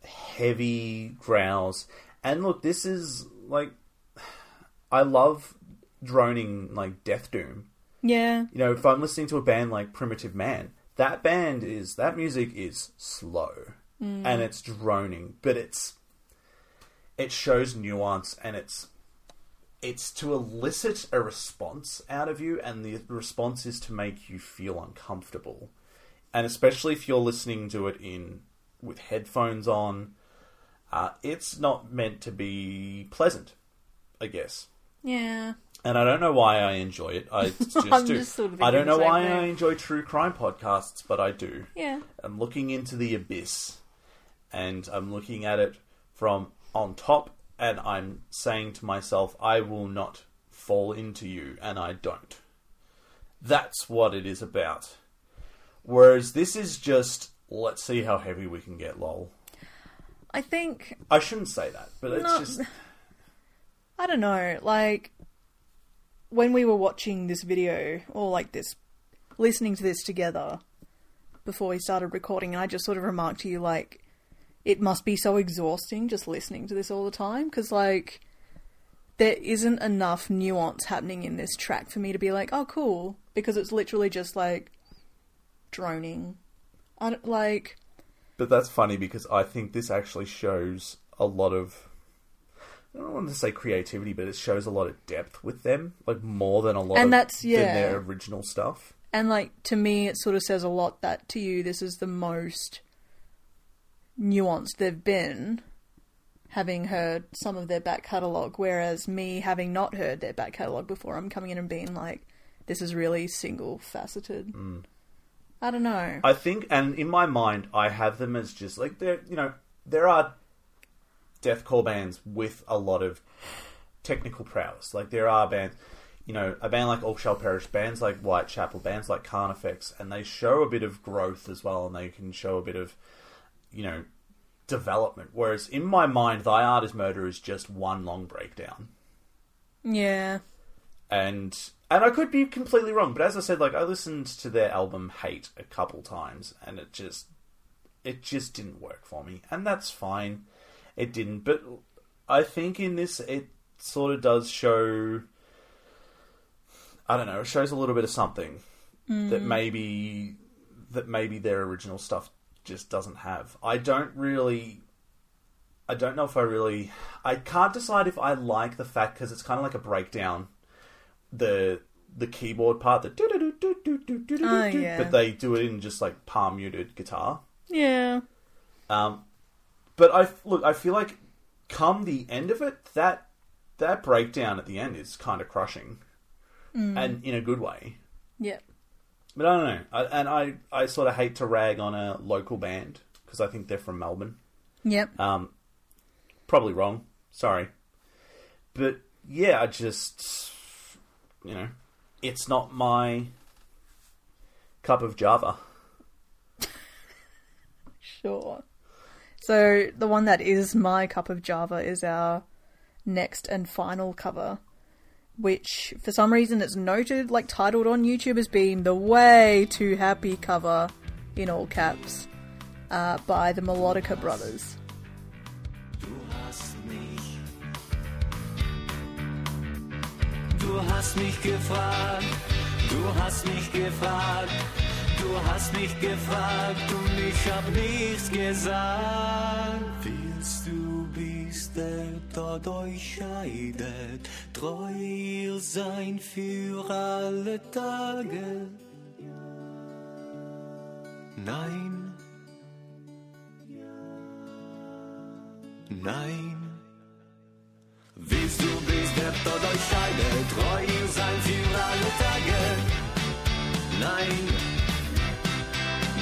Speaker 1: heavy growls and look this is like i love droning like death doom
Speaker 2: Yeah.
Speaker 1: you know, if I'm listening to a band like Primitive Man, that band is that music is slow and it's droning, but it's it shows nuance and it's it's to elicit a response out of you and the response is to make you feel uncomfortable. And especially if you're listening to it in with headphones on, uh, it's not meant to be pleasant, I guess.
Speaker 2: Yeah.
Speaker 1: and I don't know why I enjoy it. I just
Speaker 2: I'm
Speaker 1: do.
Speaker 2: just sort of
Speaker 1: I don't know
Speaker 2: thinking the same
Speaker 1: why
Speaker 2: thing.
Speaker 1: I enjoy true crime podcasts, but I do.
Speaker 2: Yeah.
Speaker 1: I'm looking into the abyss, and I'm looking at it from on top, and I'm saying to myself, "I will not fall into you," and I don't. That's what it is about. Whereas this is just, let's see how heavy we can get, lol.
Speaker 2: I think
Speaker 1: I shouldn't say that, but it's
Speaker 2: No.
Speaker 1: just
Speaker 2: I don't know, like when we were watching this video or like this listening to this together before we started recording, I just sort of remarked to you like it must be so exhausting just listening to this all the time cuz like there isn't enough nuance happening in this track for me to be like, "Oh cool," because it's literally just like droning. I don't, like
Speaker 1: But that's funny because I think this actually shows a lot of. I don't want to say creativity, but it shows a lot of depth with them, like more than a lot
Speaker 2: And
Speaker 1: of
Speaker 2: that's-
Speaker 1: than
Speaker 2: yeah.
Speaker 1: their original stuff.
Speaker 2: And like to me, it sort of says a lot that to you, this is the most nuanced they've been, having heard some of their back catalogue. Whereas me, having not heard their back catalogue before, I'm coming in and being like, this is really single faceted. I don't know.
Speaker 1: I think, and in my mind, I have them as just like there. You know, there are deathcore bands with a lot of technical prowess. Like there are bands, you know, a band like All Shall Perish, bands like Whitechapel, bands like Carnifex, and they show a bit of growth as well, and they can show a bit of, you know, development. Whereas in my mind, Thy Art Is Murder is just one long breakdown
Speaker 2: yeah.
Speaker 1: and and I could be completely wrong, but as I said, like I listened to their album Hate a couple times, and it just it just didn't work for me, and that's fine. It didn't, but I think in this it sort of does show. I don't know. It shows a little bit of something
Speaker 2: Mm.
Speaker 1: that maybe that maybe their original stuff just doesn't have. I don't really I don't know if I really. I can't decide if I like the fact because it's kind of like a breakdown. The the keyboard part, the do-do-do-do-do-do-do-do-do,
Speaker 2: Oh, yeah.
Speaker 1: but they do it in just like palm muted guitar.
Speaker 2: Yeah.
Speaker 1: Um, but I look, I feel like come the end of it, that that breakdown at the end is kind of crushing, and in a good way.
Speaker 2: Yep.
Speaker 1: But I don't know, I, and I I sort of hate to rag on a local band because I think they're from Melbourne.
Speaker 2: Yep.
Speaker 1: Um, probably wrong. Sorry, but yeah, I just you know, it's not my cup of Java.
Speaker 2: Sure. So the one that is my cup of Java is our next and final cover, which for some reason it's noted, like titled on YouTube as being the way too happy cover, in all caps, uh, by the Melodica brothers.
Speaker 3: Du hast mich. Du hast mich gefragt, du hast mich gefragt, du hast mich gefragt und ich hab nichts gesagt. Willst du, bis der Tod euch scheidet, treu sein für alle Tage? Nein. Nein. Willst du bis der Tod euch scheidet, treu sein für alle Tage? Nein.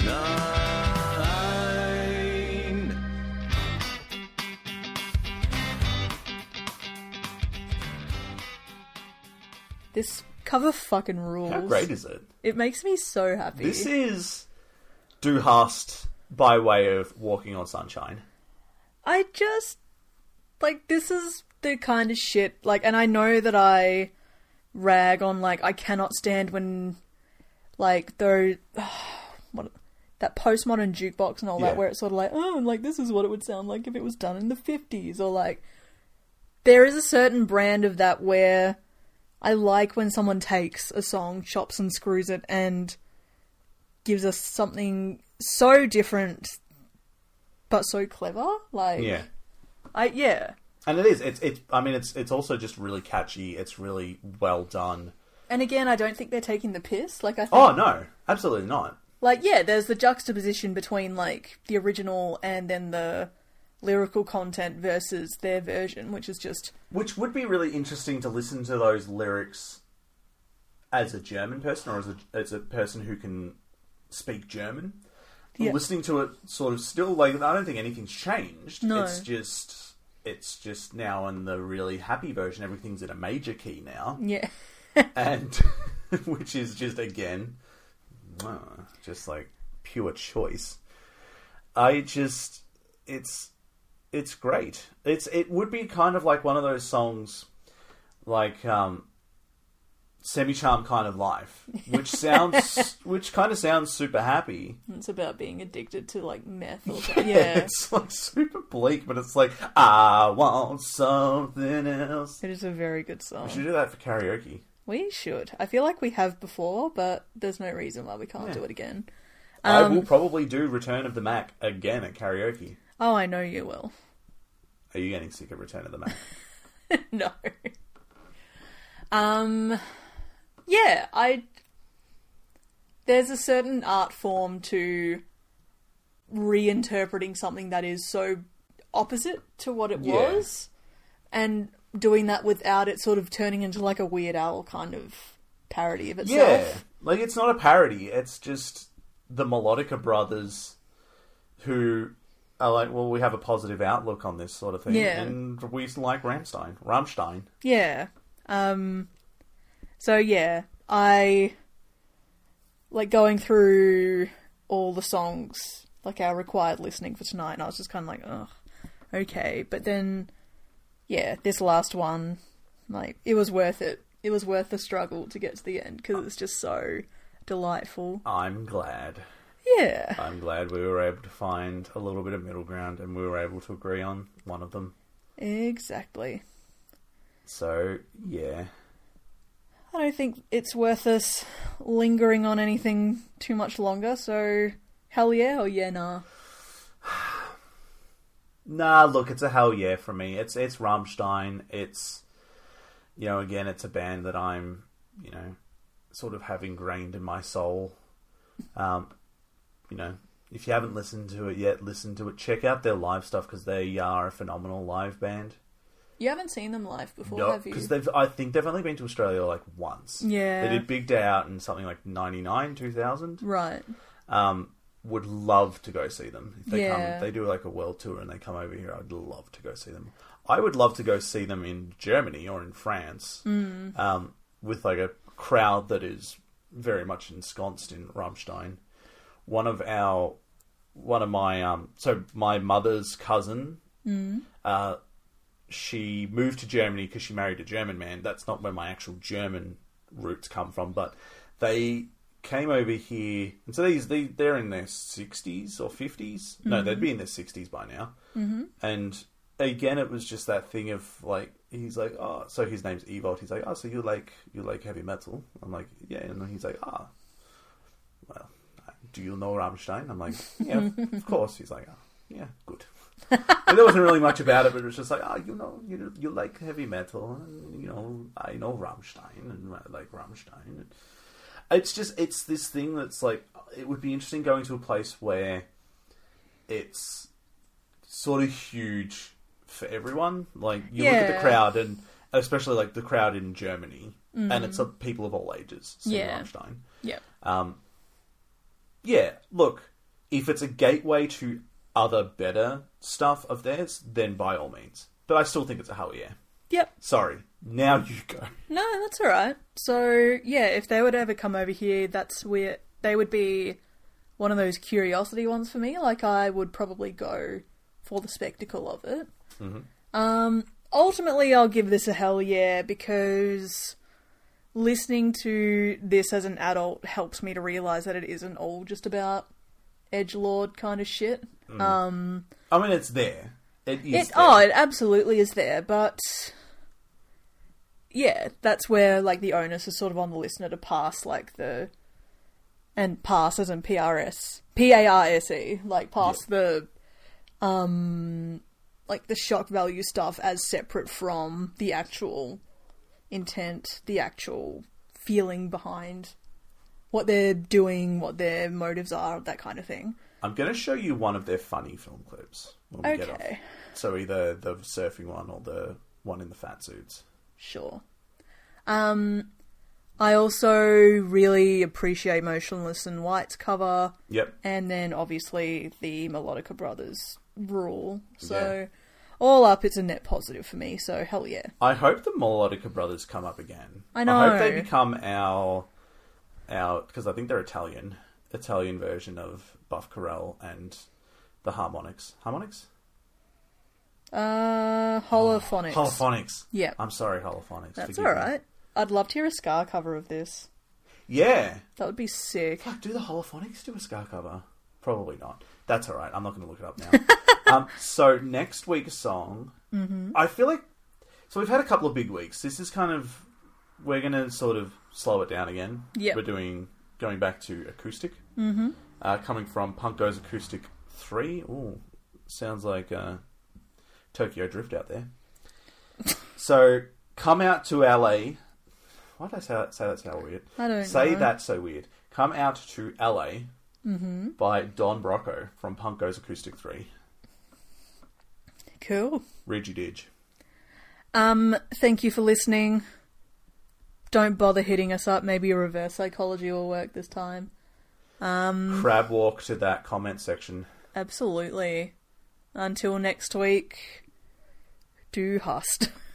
Speaker 3: Nein.
Speaker 2: This cover fucking rules.
Speaker 1: How great is it?
Speaker 2: It makes me so happy.
Speaker 1: This is Du hast by way of Walking on Sunshine.
Speaker 2: I just like this is the kind of shit like and I know that I rag on like I cannot stand when like though what that postmodern jukebox and all
Speaker 1: Yeah.
Speaker 2: that where it's sort of like oh and like this is what it would sound like if it was done in the 50s or like there is a certain brand of that where I like when someone takes a song chops and screws it and gives us something so different but so clever like
Speaker 1: Yeah.
Speaker 2: I yeah.
Speaker 1: And it is. It's it's I mean it's it's also just really catchy. It's really well done.
Speaker 2: And again, I don't think they're taking the piss. Like I think,
Speaker 1: Oh no, absolutely not.
Speaker 2: like yeah, there's the juxtaposition between like the original and then the lyrical content versus their version, which is just
Speaker 1: Which would be really interesting to listen to those lyrics as a German person or as a, as a person who can speak German.
Speaker 2: Yeah.
Speaker 1: Listening to it sort of still like I don't think anything's changed.
Speaker 2: No.
Speaker 1: It's just it's just now in the really happy version everything's in a major key now
Speaker 2: yeah.
Speaker 1: and which is just again mwah, just like pure choice i just it's it's great it's it would be kind of like one of those songs like um semi charm kind of life which sounds which kind of sounds super happy
Speaker 2: It's about being addicted to like meth or something. Yeah.
Speaker 1: it's like super bleak but it's like i want something else
Speaker 2: It is a very good
Speaker 1: we should
Speaker 2: song.
Speaker 1: do that for karaoke
Speaker 2: We should. I feel like we have before, but there's no reason why we can't
Speaker 1: Yeah.
Speaker 2: do it again.
Speaker 1: I will probably do Return of the Mac again at karaoke.
Speaker 2: Oh, I know you will.
Speaker 1: Are you getting sick of Return of the Mac?
Speaker 2: no. Um, yeah, I. There's a certain art form to reinterpreting something that is so opposite to what it
Speaker 1: Yeah.
Speaker 2: was, and doing that without it sort of turning into like a Weird Owl kind of parody of itself.
Speaker 1: yeah. Like, it's not a parody. It's just the Melodica brothers who are like, well, we have a positive outlook on this sort of thing.
Speaker 2: Yeah.
Speaker 1: And we like Ramstein. Rammstein.
Speaker 2: Yeah. Um so yeah, I like going through all the songs, like our required listening for tonight, and I was just kinda like, ugh, okay. But then yeah, this last one, like, it was worth it. It was worth the struggle to get to the end because it's just so delightful.
Speaker 1: I'm glad.
Speaker 2: Yeah.
Speaker 1: I'm glad we were able to find a little bit of middle ground and we were able to agree on one of them.
Speaker 2: Exactly.
Speaker 1: So, yeah.
Speaker 2: I don't think it's worth us lingering on anything too much longer, so hell yeah or yeah nah.
Speaker 1: Nah, look, it's a hell yeah for me. It's it's Rammstein. It's you know, again, it's a band that I'm you know sort of have ingrained in my soul. Um, you know, if you haven't listened to it yet, listen to it. Check out their live stuff because they are a phenomenal live band.
Speaker 2: You haven't seen them live before,
Speaker 1: No,
Speaker 2: have you?
Speaker 1: because they've I think they've only been to Australia like once.
Speaker 2: Yeah.
Speaker 1: they did Big Day Out in something like ninety nine, two thousand.
Speaker 2: Right.
Speaker 1: Um, would love to go see them. If they
Speaker 2: Yeah.
Speaker 1: come, they do like a world tour and they come over here. I'd love to go see them. I would love to go see them in Germany or in France, um, with like a crowd that is very much ensconced in Rammstein. One of our, one of my, um, so my mother's cousin, uh, she moved to Germany because she married a German man. That's not where my actual German roots come from, but they came over here, and so these they, they're in their sixties or 50s No, they'd be in their sixties by now. Mm-hmm. And again, it was just that thing of like he's like, oh, so his name's Evolt. He's like, oh, so you like you like heavy metal? I'm like, yeah, and then he's like, ah, well, do you know Rammstein? I'm like, yeah, of course. He's like, oh, yeah, good. but there wasn't really much about it, but it was just like, oh, you know, you you like heavy metal, and you know, I know Rammstein, and I like Rammstein. It's just it's this thing that's like it would be interesting going to a place where it's sort of huge for everyone. Like you look at
Speaker 2: Yeah.
Speaker 1: the crowd, and especially like the crowd in Germany, and it's of people of all ages. Seeing
Speaker 2: Mm. Yeah.
Speaker 1: Rammstein.
Speaker 2: Yep.
Speaker 1: Um, yeah, look, if it's a gateway to other better stuff of theirs, then by all means. But I still think it's a hell yeah.
Speaker 2: Yep.
Speaker 1: Sorry, now you go.
Speaker 2: No, that's all right. So yeah, if they would ever come over here, that's where they would be one of those curiosity ones for me. Like I would probably go for the spectacle of it. Um, ultimately, I'll give this a hell yeah because listening to this as an adult helps me to realize that it isn't all just about edge lord kind of shit. Um.
Speaker 1: I mean, it's there. It is.
Speaker 2: It,
Speaker 1: there.
Speaker 2: oh, it absolutely is there, but yeah, that's where like the onus is sort of on the listener to pass like the and pass as in PRS P A R S E like pass the um like the shock value stuff as separate from the actual intent, the actual feeling behind what they're doing, what their motives are, that kind of thing.
Speaker 1: I'm going to show you one of their funny film clips when we get off.
Speaker 2: Okay,
Speaker 1: So either the surfing one or the one in the fat suits.
Speaker 2: sure. Um, I also really appreciate Motionless and White's cover,
Speaker 1: Yep.
Speaker 2: and then obviously the Melodica Brothers rule. So, all up, it's a net positive for me. So hell yeah.
Speaker 1: I hope the Melodica brothers come up again. I
Speaker 2: I
Speaker 1: hope
Speaker 2: know.
Speaker 1: they become our our because I think they're Italian Italian version of Buff Corell and the harmonics. Harmonics.
Speaker 2: Uh, holophonics.
Speaker 1: Oh, Holophonics.
Speaker 2: Yep.
Speaker 1: I'm sorry, holophonics.
Speaker 2: That's
Speaker 1: Forgive
Speaker 2: all
Speaker 1: me.
Speaker 2: right. I'd love to hear a Scar cover of this.
Speaker 1: Yeah.
Speaker 2: That would be sick.
Speaker 1: Fuck, do the holophonics do a scar cover? Probably not. That's all right. I'm not going to look it up now. um, so next week's song,
Speaker 2: Mm-hmm.
Speaker 1: I feel like. So we've had a couple of big weeks. This is kind of we're going to sort of slow it down again.
Speaker 2: Yep.
Speaker 1: we're doing going back to acoustic, mm-hmm. uh, coming from Punk Goes Acoustic Three. Ooh, sounds like uh, Tokyo Drift out there. so come out to LA. Why did I say that, say that's how weird?
Speaker 2: I don't
Speaker 1: Say
Speaker 2: know.
Speaker 1: That's So Weird. Come Out to LA
Speaker 2: Mm-hmm.
Speaker 1: by Don Brocco from Punk Goes Acoustic 3.
Speaker 2: Cool.
Speaker 1: Reggie Didge.
Speaker 2: Um, thank you for listening. Don't bother hitting us up. Maybe a reverse psychology will work this time.
Speaker 1: Crab walk to that comment section.
Speaker 2: Absolutely. Until next week, do hust.